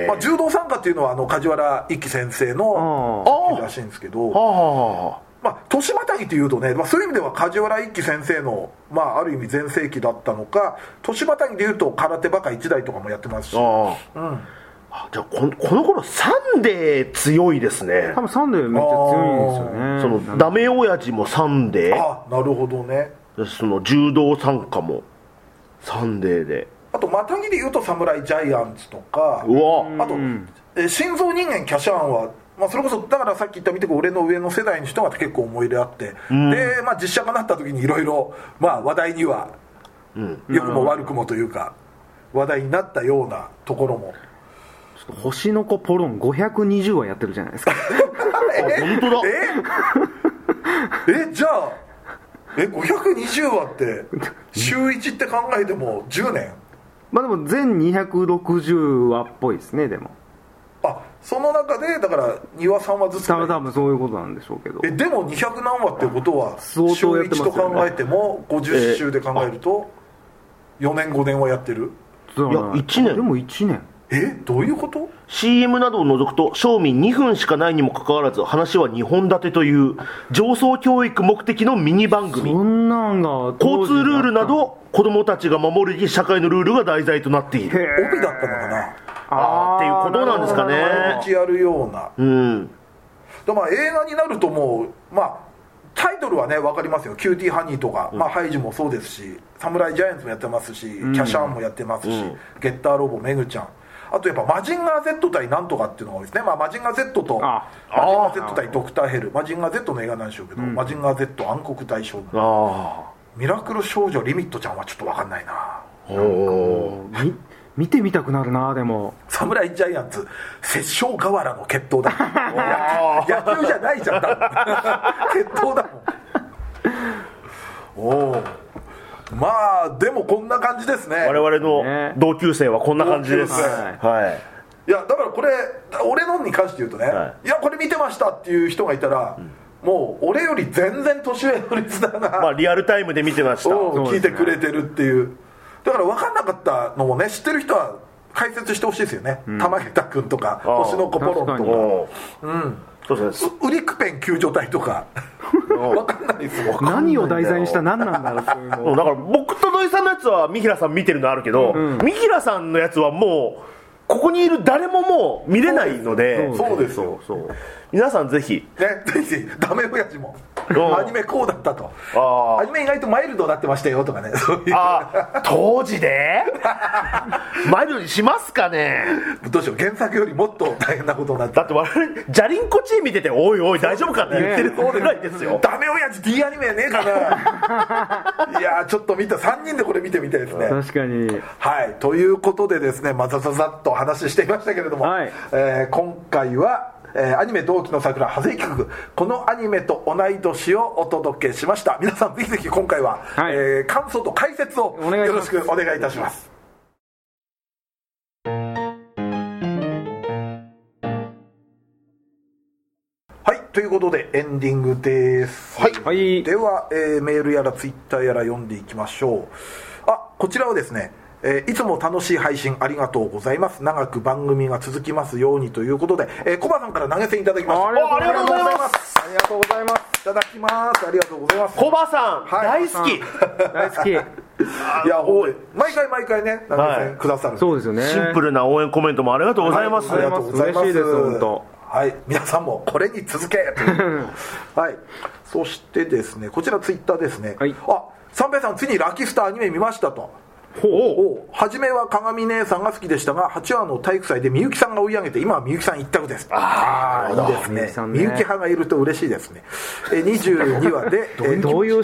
Speaker 1: まあ、柔道参加っていうのはあの梶原一騎先生の
Speaker 2: あ
Speaker 3: ー
Speaker 1: 作品らしいんですけど、
Speaker 3: あ
Speaker 1: まあ、年またぎというとね、まあ、そういう意味では梶原一騎先生の、まあ、ある意味全盛期だったのか年またぎでいうと空手バカ1代とかもやってますし
Speaker 3: あああじゃあこのこの頃サンデー強いですね
Speaker 2: 多分サンデーめっちゃ強いんですよね
Speaker 3: そのダメ親父もサンデー
Speaker 1: あなるほどね
Speaker 3: その柔道参加もサンデーで
Speaker 1: あとまたぎでいうと侍ジャイアンツとか
Speaker 3: うわ
Speaker 1: あと、えー心臓人間キャシャーンは、まあ、それこそだからさっき言った見てく俺の上の世代の人が結構思い入れあって、で、まあ、実写化になった時にいろいろ話題には良くも悪くもというか話題になったようなところも
Speaker 2: ちょっと星の子ポロン520話やってるじゃないですか
Speaker 3: 本当だ
Speaker 1: ええじゃあえ520話って週1って考えても10年
Speaker 2: まあでも全260話っぽいですねでも
Speaker 1: あその中でだから2話3話ずつ
Speaker 2: 多分多分そういうことなんでしょうけど
Speaker 1: えでも200何話ってことは週
Speaker 2: 相当やってますよ
Speaker 1: 1
Speaker 2: ね
Speaker 1: と考えても50週で考えると4年5年はやってる
Speaker 2: そう
Speaker 3: いや一年
Speaker 2: でも1年
Speaker 1: えどういうこと
Speaker 3: CM などを除くと賞味2分しかないにもかかわらず話は2本立てという上層教育目的のミニ番組
Speaker 2: そんなんが
Speaker 3: 交通ルールなど子供たちが守るべき社会のルールが題材となっている
Speaker 1: 帯だったのかな
Speaker 2: あ
Speaker 3: あーっていうことなんですかね
Speaker 1: 毎日やるような
Speaker 3: うん
Speaker 1: でまあ映画になるともうまあタイトルはね分かりますよ「キューティーハニー」とか、まあ、ハイジもそうですし「サムライジャイアンツ」もやってますし「キャシャーン」もやってますし「
Speaker 3: うん
Speaker 1: ゲッターロボ」「メグちゃん」あとやっぱ「マジンガー Z 対なんとか」っていうのが多いですね、まあ、マジンガー Z と
Speaker 2: あ
Speaker 1: マジンガー Z 対ドクターヘルマジンガー Z の映画なんでしょうけど、マジンガー Z 暗黒大将軍
Speaker 3: あ
Speaker 1: ミラクル少女リミットちゃんはちょっと分かんないな
Speaker 3: あおー
Speaker 2: み見てみたくなるなでも
Speaker 1: サムライジャイアンツ殺生河原の決闘 だ野球野球じゃないじゃん多 分決闘だもんおおまあでもこんな感じですね
Speaker 3: 我々の
Speaker 2: ね
Speaker 3: 同級生はこんな感じです
Speaker 1: 同級
Speaker 2: 生
Speaker 3: はい
Speaker 1: いやだからこれ俺のに関して言うとね、、
Speaker 3: はい
Speaker 1: やこれ見てましたっていう人がいたら、もう俺より全然年上のリスナーが、
Speaker 3: まあリアルタイムで見てました
Speaker 1: うん
Speaker 2: そう
Speaker 1: 聞
Speaker 2: で
Speaker 1: い
Speaker 2: すね
Speaker 1: てくれてるっていうだから分かんなかったのもね知ってる人は解説してほしいですよね、玉下君とか
Speaker 3: ああ
Speaker 1: 星の子ポロンと
Speaker 2: 確
Speaker 1: か
Speaker 2: かに
Speaker 3: おうんそうですね
Speaker 1: ウリクペン救助隊とかわかんないですもん
Speaker 2: 何を題材にした何なんだろうそういうの
Speaker 3: うんだから僕と土井さんのやつは三平さん見てるのあるけど、三平さんのやつはもうここにいる誰ももう見れないので
Speaker 1: そうですよ
Speaker 3: そうそう皆さんぜひ
Speaker 1: ねぜひダメ親父も
Speaker 3: うん
Speaker 1: アニメこうだったと
Speaker 3: ああ
Speaker 1: アニメ意外とマイルドになってましたよとかねそういう
Speaker 3: あ当時でマイルドにしますかね
Speaker 1: どうしよう原作よりもっと大変なことになって
Speaker 3: だって我々ジャリンコチーム見てておいおい大丈夫かって言ってるぐらいですよ
Speaker 1: ダメ親父 D アニメねえかないやーちょっと見た3人でこれ見てみたいですね
Speaker 2: 確かに
Speaker 1: はい、ということでですね、まあ、ざざざっと話していましたけれども、
Speaker 2: はい
Speaker 1: えー今回は、えーアニメ「同期の桜」ハゼイ企画このアニメと同い年をお届けしました皆さんぜひぜひ今回は、
Speaker 2: はい
Speaker 1: えー感想と解説を
Speaker 2: お願
Speaker 1: よ
Speaker 2: いし
Speaker 1: ろ
Speaker 2: ま
Speaker 1: し
Speaker 2: す
Speaker 1: くお願いいたしますはいということでエンディングですはい
Speaker 2: はい
Speaker 1: では、えーメールやらツイッターやら読んでいきましょうあこちらはですね、えーいつも楽しい配信ありがとうございます長く番組が続きますようにということで、えー、コバさんから投げ銭いただきました
Speaker 2: ありがとうございます
Speaker 1: おありがとうございます
Speaker 2: ありがとうございます
Speaker 1: いただきますありがとうございます
Speaker 3: コバさん、
Speaker 1: はい
Speaker 3: 大好き
Speaker 2: 大好き
Speaker 1: いやおい毎回毎回ね投げ
Speaker 3: は
Speaker 1: 銭くださる、
Speaker 2: そうですよね
Speaker 3: シンプルな応援コメントもありがとうございます、
Speaker 1: ありがとうございます
Speaker 2: 嬉しいです本当
Speaker 1: はい皆さんもこれに続 けというはいそしてですねこちらツイッターですね、
Speaker 2: はい
Speaker 1: あ三平さんついにラキスタアニメ見ましたと
Speaker 3: ほう
Speaker 1: お初めは鏡姉さんが好きでしたが8話の体育祭でみゆきさんが追い上げて今はみゆきさん一択ですああいい
Speaker 2: み
Speaker 1: で
Speaker 2: ゆき
Speaker 1: す
Speaker 2: さ
Speaker 1: ね
Speaker 2: ん
Speaker 1: み
Speaker 2: ね
Speaker 1: ゆき派がいると嬉しいですねえ22話でえー
Speaker 2: どういう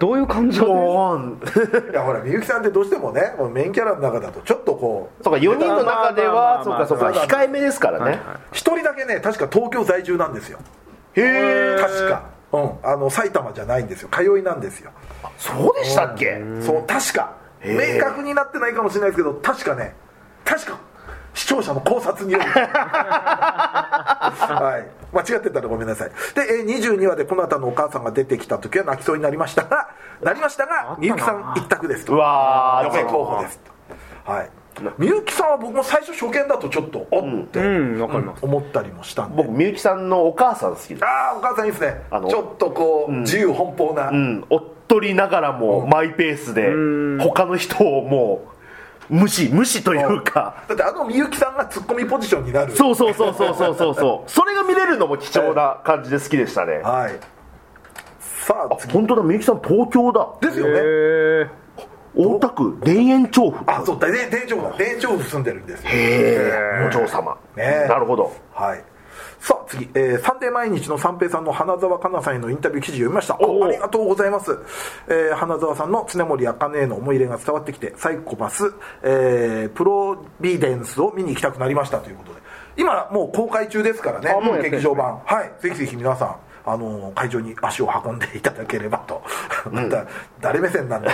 Speaker 2: どういう感情で
Speaker 3: ドーン
Speaker 1: いやほらみゆき さんってどうしてもねこのメインキャラの中だとちょっとこう
Speaker 3: そうか4人の中ではそう
Speaker 2: まあま
Speaker 3: か
Speaker 2: あ
Speaker 3: そうか
Speaker 1: まあ
Speaker 3: 控えめですからね、
Speaker 1: 1人だけね確か東京在住なんですよ
Speaker 3: へえ
Speaker 1: 確か、うん、あの埼玉じゃないんですよ通いなんですよ
Speaker 3: そうでしたっけ、
Speaker 1: そう確か
Speaker 3: へえ
Speaker 1: 明確になってないかもしれないですけど確かね確か視聴者の考察 による、はい、間違ってたらごめんなさいでえー22話でこの後のお母さんが出てきた時は泣きそうになりましたがなりましたがみゆきさん一択ですと
Speaker 3: うわー
Speaker 1: 予備候補ですとはいみゆきさんは僕も最初初見だとちょっとおって、
Speaker 2: うんわかります
Speaker 1: 思ったりもしたんで
Speaker 3: 僕みゆきさんのお母さん好きです
Speaker 1: ああお母さんいいですね
Speaker 3: あの
Speaker 1: ちょっとこう、自由奔放な、
Speaker 3: うんおっとりながらもマイペースで他の人をもう無視無視というか
Speaker 1: だってあのみゆきさんがツッコミポジションになる
Speaker 3: そうそうそうそうそうそう そうそれが見れるのも貴重な感じで好きでしたねあ
Speaker 1: はいさあ次
Speaker 3: 本当だみゆきさん東京だ
Speaker 1: ですよ
Speaker 2: へ
Speaker 1: ね、
Speaker 2: え
Speaker 3: 大田区田園調布
Speaker 1: あそうだね店長だ店長住んでるんですよ
Speaker 3: へえお嬢様
Speaker 1: ねえ
Speaker 3: なるほど
Speaker 1: はいさあ次、えーサンデー毎日の三平さんの花澤香菜さんへのインタビュー記事読みました
Speaker 3: お
Speaker 1: お
Speaker 3: お
Speaker 1: ありがとうございます、えー花澤さんの常森茜への思い入れが伝わってきてサイコパス、えープロビデンスを見に行きたくなりましたということで今もう公開中ですからね
Speaker 2: あもうやってる
Speaker 1: 劇場版はいぜひぜひ皆さんあのー会場に足を運んでいただければと また誰目線なんだ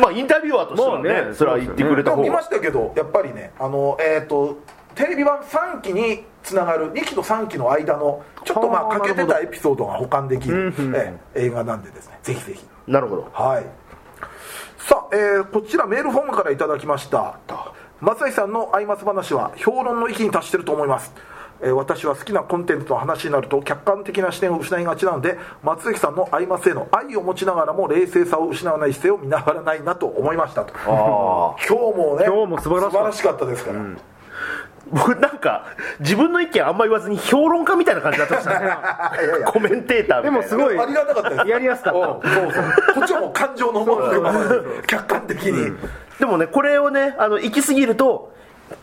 Speaker 3: まあインタビュアーとしては
Speaker 2: まあ
Speaker 3: ね
Speaker 2: ね
Speaker 3: それは言ってくれ
Speaker 1: で
Speaker 3: た
Speaker 1: も
Speaker 3: 方
Speaker 1: 見ま
Speaker 3: が
Speaker 1: したけどやっぱりねあのえっ、とテレビ版3期につながる2期と3期の間のちょっとまあ
Speaker 2: はあ
Speaker 1: 欠けて
Speaker 2: なる
Speaker 1: た
Speaker 2: ほ
Speaker 1: エピソードが保管できる、ええ映画なんでですねぜひぜひ
Speaker 3: なるほど
Speaker 1: はいさあ、えーこちらメールフォームからいただきました松井さんのアイマス話は評論の域に達してると思います、えー私は好きなコンテンツの話になると客観的な視点を失いがちなので松井さんのアイマスへの愛を持ちながらも冷静さを失わない姿勢を見習わないなと思いましたと
Speaker 3: ああ
Speaker 1: 今日もね
Speaker 2: 今日も素晴らしかった
Speaker 1: かったですから、
Speaker 3: 僕なんか自分の意見あんま言わずに評論家みたいな感じだった ましたね コメンテーターみた
Speaker 2: で
Speaker 3: いな
Speaker 2: もすごい
Speaker 1: ありがたかったです
Speaker 2: やりやすかった
Speaker 1: うんそうそうこっちはもう感情の方で 客観的に
Speaker 3: でもねこれをねあの行き過ぎると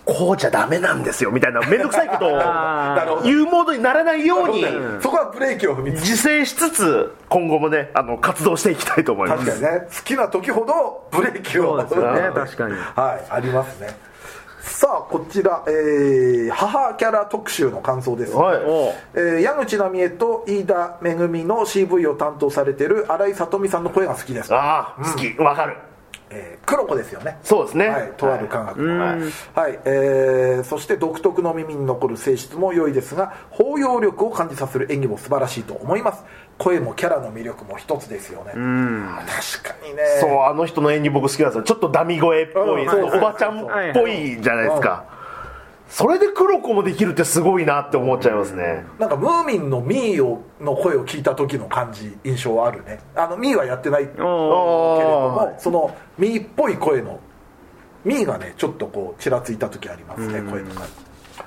Speaker 3: こうじゃダメなんですよみたいな面倒くさいことを
Speaker 2: あ
Speaker 1: なるほど
Speaker 3: 言うモードにならないように
Speaker 1: そこはブレーキを踏みつつ
Speaker 3: 自制しつつ今後もねあの活動していきたいと思いま
Speaker 1: 確か
Speaker 3: す
Speaker 1: にね好きな時ほどブレーキを
Speaker 2: そうですよね確かに
Speaker 1: はいありますねさあこちら、えー母キャラ特集の感想です、
Speaker 3: はい
Speaker 2: おう
Speaker 1: えー矢口奈美恵と飯田恵の CV を担当されてる新井さとみさんの声が好きです、
Speaker 3: ああ好きわかる
Speaker 1: えー黒子ですよね
Speaker 3: そうですね
Speaker 1: はい、とある科学の、
Speaker 3: は
Speaker 1: はい
Speaker 3: い
Speaker 1: えーそして独特の耳に残る性質も良いですが包容力を感じさせる演技も素晴らしいと思います声もキャラの魅力も一つですよね確かにね
Speaker 3: そうあの人の演技僕好きなんですよちょっとダミ声っぽい
Speaker 1: うん
Speaker 3: ちょ
Speaker 1: そ
Speaker 3: っと
Speaker 1: う
Speaker 3: おばちゃんっぽいじゃないですかそれで黒子もできるってすごいなって思っちゃいますね
Speaker 1: なんかムーミンのミーをの声を聞いた時の感じ印象はあるねあのミーはやってないけれど
Speaker 2: おう
Speaker 1: も
Speaker 3: あ
Speaker 1: そのミーっぽい声のミーがねちょっとこうちらついた時ありますね声の感じ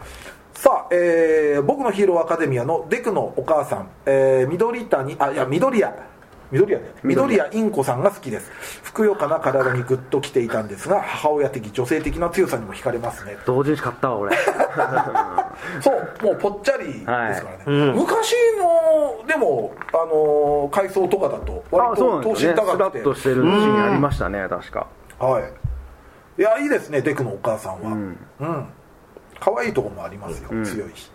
Speaker 1: さあ、えー僕のヒーローアカデミアのデクのお母さん、えー、緑谷あいや緑谷緑谷ね緑谷インコさんが好きですふくよかな体にグッときていたんですが母親的女性的な強さにも惹かれますね
Speaker 2: 同人誌買ったわ俺
Speaker 1: そうもうぽっちゃりですからね、
Speaker 3: うん
Speaker 1: 昔のでも、あのー海藻とかだと
Speaker 2: あ
Speaker 1: 割
Speaker 2: そう
Speaker 1: と
Speaker 2: な
Speaker 1: 等
Speaker 2: んです
Speaker 1: 身高
Speaker 2: よねスラ
Speaker 1: くて
Speaker 2: ッとしてるシーンありましたね確か
Speaker 1: はいいやいいですねデクのお母さんはうん、可愛いとこもありますよ、強いし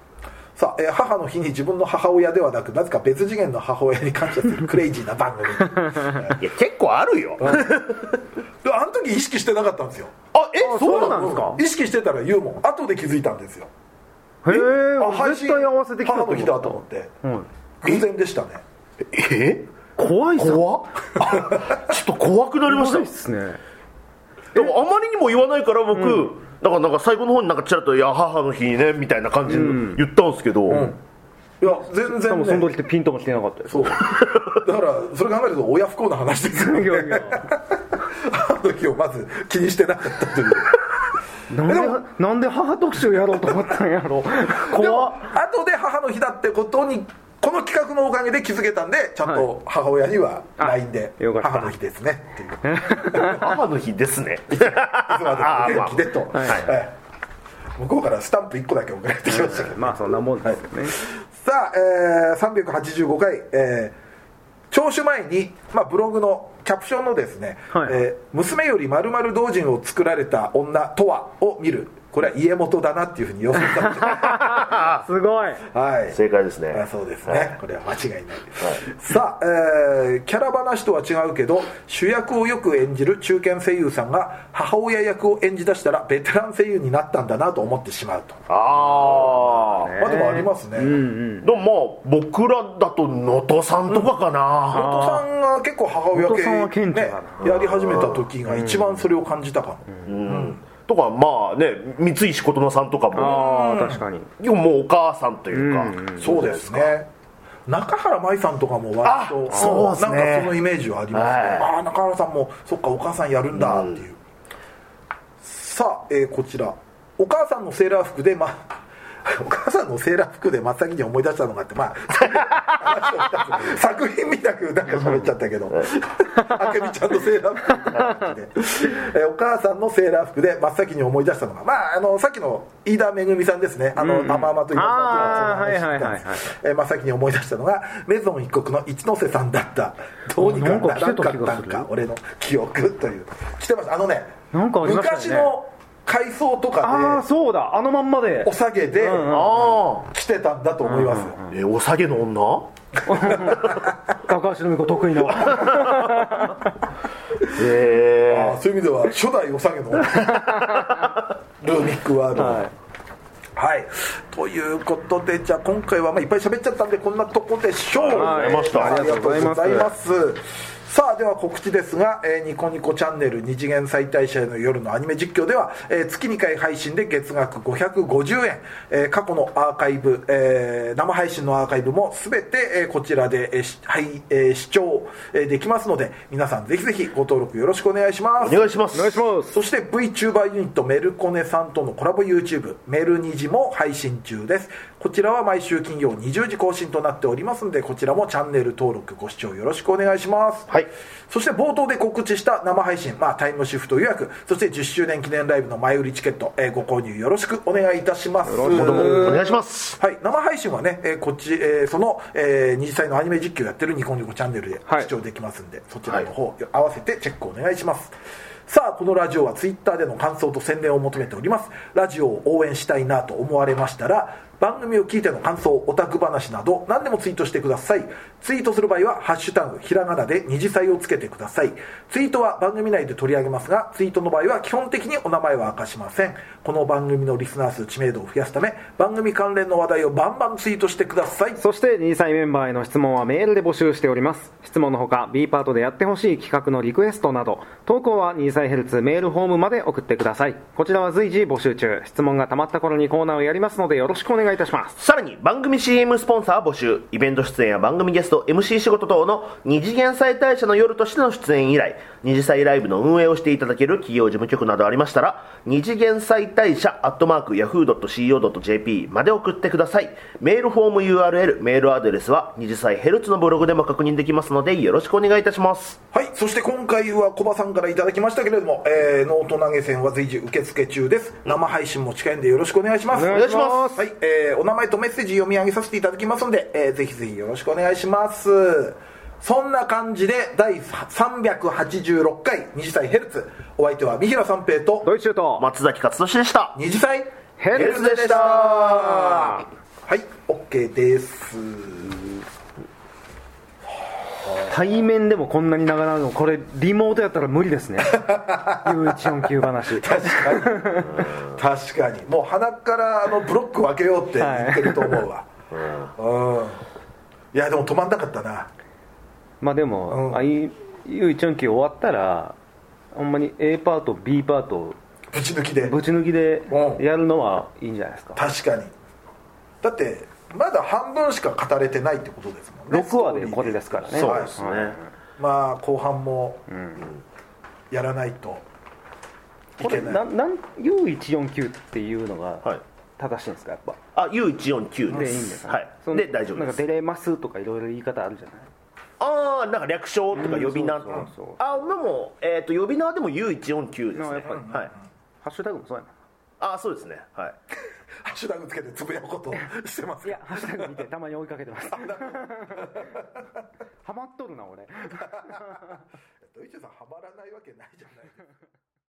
Speaker 1: さあ、えー母の日に自分の母親ではなくなぜか別次元の母親に感謝す るクレイジーな番組
Speaker 3: いや結構あるよあ
Speaker 1: であの時意識してなかったんですよ
Speaker 3: え
Speaker 2: あ
Speaker 3: そう
Speaker 2: そ
Speaker 3: な
Speaker 2: うなん
Speaker 3: の
Speaker 2: ですか
Speaker 1: 意識してたら言うもん後で気づいたんですよ
Speaker 2: へえ
Speaker 1: 配
Speaker 2: 絶
Speaker 1: 信
Speaker 2: 対合わせてきたと
Speaker 1: 母
Speaker 2: 思
Speaker 1: の
Speaker 2: っ
Speaker 1: 日
Speaker 2: た
Speaker 1: だと思って
Speaker 2: うん
Speaker 1: 偶然でしたね
Speaker 3: え
Speaker 2: 怖いっす
Speaker 3: 怖っちょっと怖くなりました
Speaker 2: 怖いっすね
Speaker 3: でもあまりにも言わないから僕、だからなんか最後の方になんかちらっと「いや母の日にね」みたいな感じで言ったんですけど、
Speaker 1: いや全然、
Speaker 2: 多分
Speaker 1: ね、
Speaker 2: その時ってピンともしてなかったです
Speaker 1: そうだからそれ考えると親不幸な話ですよ
Speaker 2: い
Speaker 1: ね
Speaker 2: やいや
Speaker 1: 母の日をまず気にしてなかったという
Speaker 2: なんでなんで母特集やろうと思ったんやろ
Speaker 1: でも
Speaker 2: 怖っ
Speaker 1: 後で母の日だってことにこの企画のおかげで気づけたんでちゃん
Speaker 2: は
Speaker 1: と母親には
Speaker 2: あ
Speaker 1: LINE で「
Speaker 2: よかった
Speaker 1: 母の日ですね」っていう「いつ
Speaker 3: 母の日ですね
Speaker 1: ま
Speaker 3: あ
Speaker 1: で
Speaker 3: ー
Speaker 1: も元
Speaker 3: まあ
Speaker 1: 気で」と、ええ向こうからスタンプ1個だけ送られてきましたけど
Speaker 2: まあそんなもんですよね、
Speaker 1: さあ、えー385回、えー聴取前に、まあ、ブログのキャプションのですね、
Speaker 2: はい
Speaker 1: えー娘よりまる同人を作られた女とは」を見るこれは家元だなっていうふうに予想されてます、
Speaker 2: すごい
Speaker 1: はい
Speaker 3: 正解ですね
Speaker 1: あそうですね、これは間違いないです、さあ、えーキャラ話とは違うけど主役をよく演じる中堅声優さんが母親役を演じだしたらベテラン声優になったんだなと思ってしまうと、
Speaker 3: ああ、
Speaker 1: まあでもありますね、
Speaker 3: でもまあ僕らだと能登さんとかかな、
Speaker 1: お父さんが結構母親
Speaker 2: お父さんは
Speaker 1: 系、
Speaker 2: 顕著
Speaker 1: ね
Speaker 2: だ、
Speaker 1: やり始めた時が一番それを感じたかも、
Speaker 3: とかまあね三石琴乃さんとかも
Speaker 2: ああ確かに
Speaker 3: でももうお母さんというか、
Speaker 1: そうですね中原舞さんとかも割と
Speaker 3: あそうですね
Speaker 1: なんかそのイメージはありますね、
Speaker 3: はい
Speaker 1: ああ中原さんもそっかお母さんやるんだっていう、さあ、えーこちらお母さんのセーラー服でま あお母さんのセーラー服で真っ先に思い出したのがあってまあ話をした 作品みたくなんか喋っちゃったけどあけみちゃんのセーラー服みたいな感じで、えーお母さんのセーラー服で真っ先に思い出したのがまああのさっきの飯田めぐみさんですねあの、甘々と今さんとの話してたんです
Speaker 2: あーはいはいはいはい
Speaker 1: えー、真っ先に思い出したのがメゾン一国の一ノ瀬さんだったどうにかならんか
Speaker 2: あなんか来て
Speaker 1: った
Speaker 2: た
Speaker 1: ん
Speaker 2: 気がす
Speaker 1: か
Speaker 2: る
Speaker 1: 俺の記憶という来てますあのね
Speaker 2: なんかありましたよ
Speaker 1: 昔
Speaker 2: ね
Speaker 1: の回想と
Speaker 2: ああ
Speaker 1: か
Speaker 2: そうだあのまんまで
Speaker 1: でお下げで
Speaker 3: ああ
Speaker 1: 来てたんだと思いますよ
Speaker 3: えお下げの女
Speaker 2: 高橋留美子得意の
Speaker 3: ええ
Speaker 1: あーそういう意味では初代お下げ のルーミックワールド
Speaker 2: はい
Speaker 1: はい、ということでじゃあ今回はまあいっぱい喋っちゃったんでこんなとこでしょう、
Speaker 2: はい
Speaker 3: ありが
Speaker 2: とうござい
Speaker 1: あり
Speaker 2: ます
Speaker 1: がとうございますさあでは告知ですが、えーニコニコチャンネル二次元再大社への夜のアニメ実況では、えー月2回配信で月額550円、えー過去のアーカイブ、えー生配信のアーカイブも全て、えーこちらで、えーしはいえー視聴、えーできますので皆さんぜひぜひご登録よろしくお願いしま
Speaker 3: お
Speaker 1: す
Speaker 3: 願いします
Speaker 2: お願いします
Speaker 1: そして VTuber ユニットメルコネさんとのコラボ YouTube メルニジも配信中ですこちらは毎週金曜20時更新となっておりますのでこちらもチャンネル登録ご視聴よろしくお願いします
Speaker 3: はい
Speaker 1: そして冒頭で告知した生配信、まあ、タイムシフト予約そして10周年記念ライブの前売りチケット、えーご購入よろしくお願いいたします
Speaker 2: よろしく
Speaker 3: どうもお願いします
Speaker 1: はい、生配信はね、えーこっち、えーその、えー、二次祭のアニメ実況やってるニコニコチャンネルで
Speaker 2: はい
Speaker 1: 視聴できますんで、そちらの方、合わせてチェックお願いしますさあこのラジオはツイッターでの感想と宣伝を求めておりますラジオを応援したいなと思われましたら番組を聞いての感想オタク話など何でもツイートしてくださいツイートする場合は「ハッシュタグひらがな」で二次祭をつけてくださいツイートは番組内で取り上げますがツイートの場合は基本的にお名前は明かしませんこの番組のリスナー数知名度を増やすため番組関連の話題をバンバンツイートしてください
Speaker 2: そして2歳メンバーへの質問はメールで募集しております質問のほか B パートでやってほしい企画のリクエストなど投稿は2歳ヘルツメールフォームまで送ってくださいこちらは随時募集中質問がたまった頃にコーナーをやりますのでよろしくお願いいたします
Speaker 3: さらに番組 CM スポンサー募集イベント出演や番組ゲスト MC 仕事等の二次元祭大社の夜としての出演以来二次祭ライブの運営をしていただける企業事務局などありましたら二次元祭大社アットマーク Yahoo.co.jp まで送ってくださいメールフォーム URL メールアドレスは二次祭ヘルツのブログでも確認できますのでよろしくお願いいたします
Speaker 1: はい、そして今回はコバさんからいただきましたけれども、えー、ノート投げ銭は随時受付中です生配信も近いんでよろしくお願いします
Speaker 2: お願いします
Speaker 1: はいえーお名前とメッセージ読み上げさせていただきますので、えーぜひぜひよろしくお願いしますそんな感じで第386回二次祭ヘルツお相手は三平三平と
Speaker 2: ドイツシュート
Speaker 3: 松崎勝利でした
Speaker 1: 二次祭
Speaker 2: ヘルツでした
Speaker 1: はい OK です
Speaker 2: 対面でもこんなに長なるのこれリモートやったら無理ですね U149 話
Speaker 1: 確かに確かにもう鼻からあのブロック分けようって言ってると思 うわ、うんいやでも止まんなかったな
Speaker 2: まあでも、
Speaker 1: うん
Speaker 2: あい U149 終わったらほんまに A パート B パート
Speaker 1: ぶち抜きで
Speaker 2: ぶち抜きで
Speaker 1: うん
Speaker 2: やるのはいいんじゃないですか
Speaker 1: 確かにだってまだ半分しか語れてないってことですもんね
Speaker 2: 6話でこれですからね
Speaker 1: そう
Speaker 3: そう
Speaker 1: で
Speaker 3: ですす
Speaker 1: ね
Speaker 3: ね、
Speaker 1: まあ後半もやらないとい
Speaker 2: こ
Speaker 1: け
Speaker 2: れ
Speaker 1: な
Speaker 2: ないんなん U149 っていうの
Speaker 3: はい
Speaker 2: が正しいんですかやっぱ
Speaker 3: あ U149
Speaker 2: で
Speaker 3: で
Speaker 2: いいん
Speaker 3: す
Speaker 2: ですか
Speaker 3: はい
Speaker 2: その
Speaker 3: で大丈夫
Speaker 2: な
Speaker 3: で
Speaker 2: んか出
Speaker 3: す
Speaker 2: れますとかいろいろ言い方あるじゃない
Speaker 3: ああなんか略称とか呼び名
Speaker 2: うん
Speaker 3: と
Speaker 2: そう
Speaker 3: か
Speaker 2: そうそう
Speaker 3: あでもえっと呼び名はでも U149 です
Speaker 2: あや
Speaker 3: ね
Speaker 2: っぱり
Speaker 3: はい
Speaker 2: ハッシュタグもそうやな
Speaker 3: あそうですねはい
Speaker 1: ハッシュタグつけてつぶやくことしてます
Speaker 2: いやハッシュタグ見てたまに追いかけてます ハマっとるな俺
Speaker 1: ドイツさんはまらないわけないじゃないですか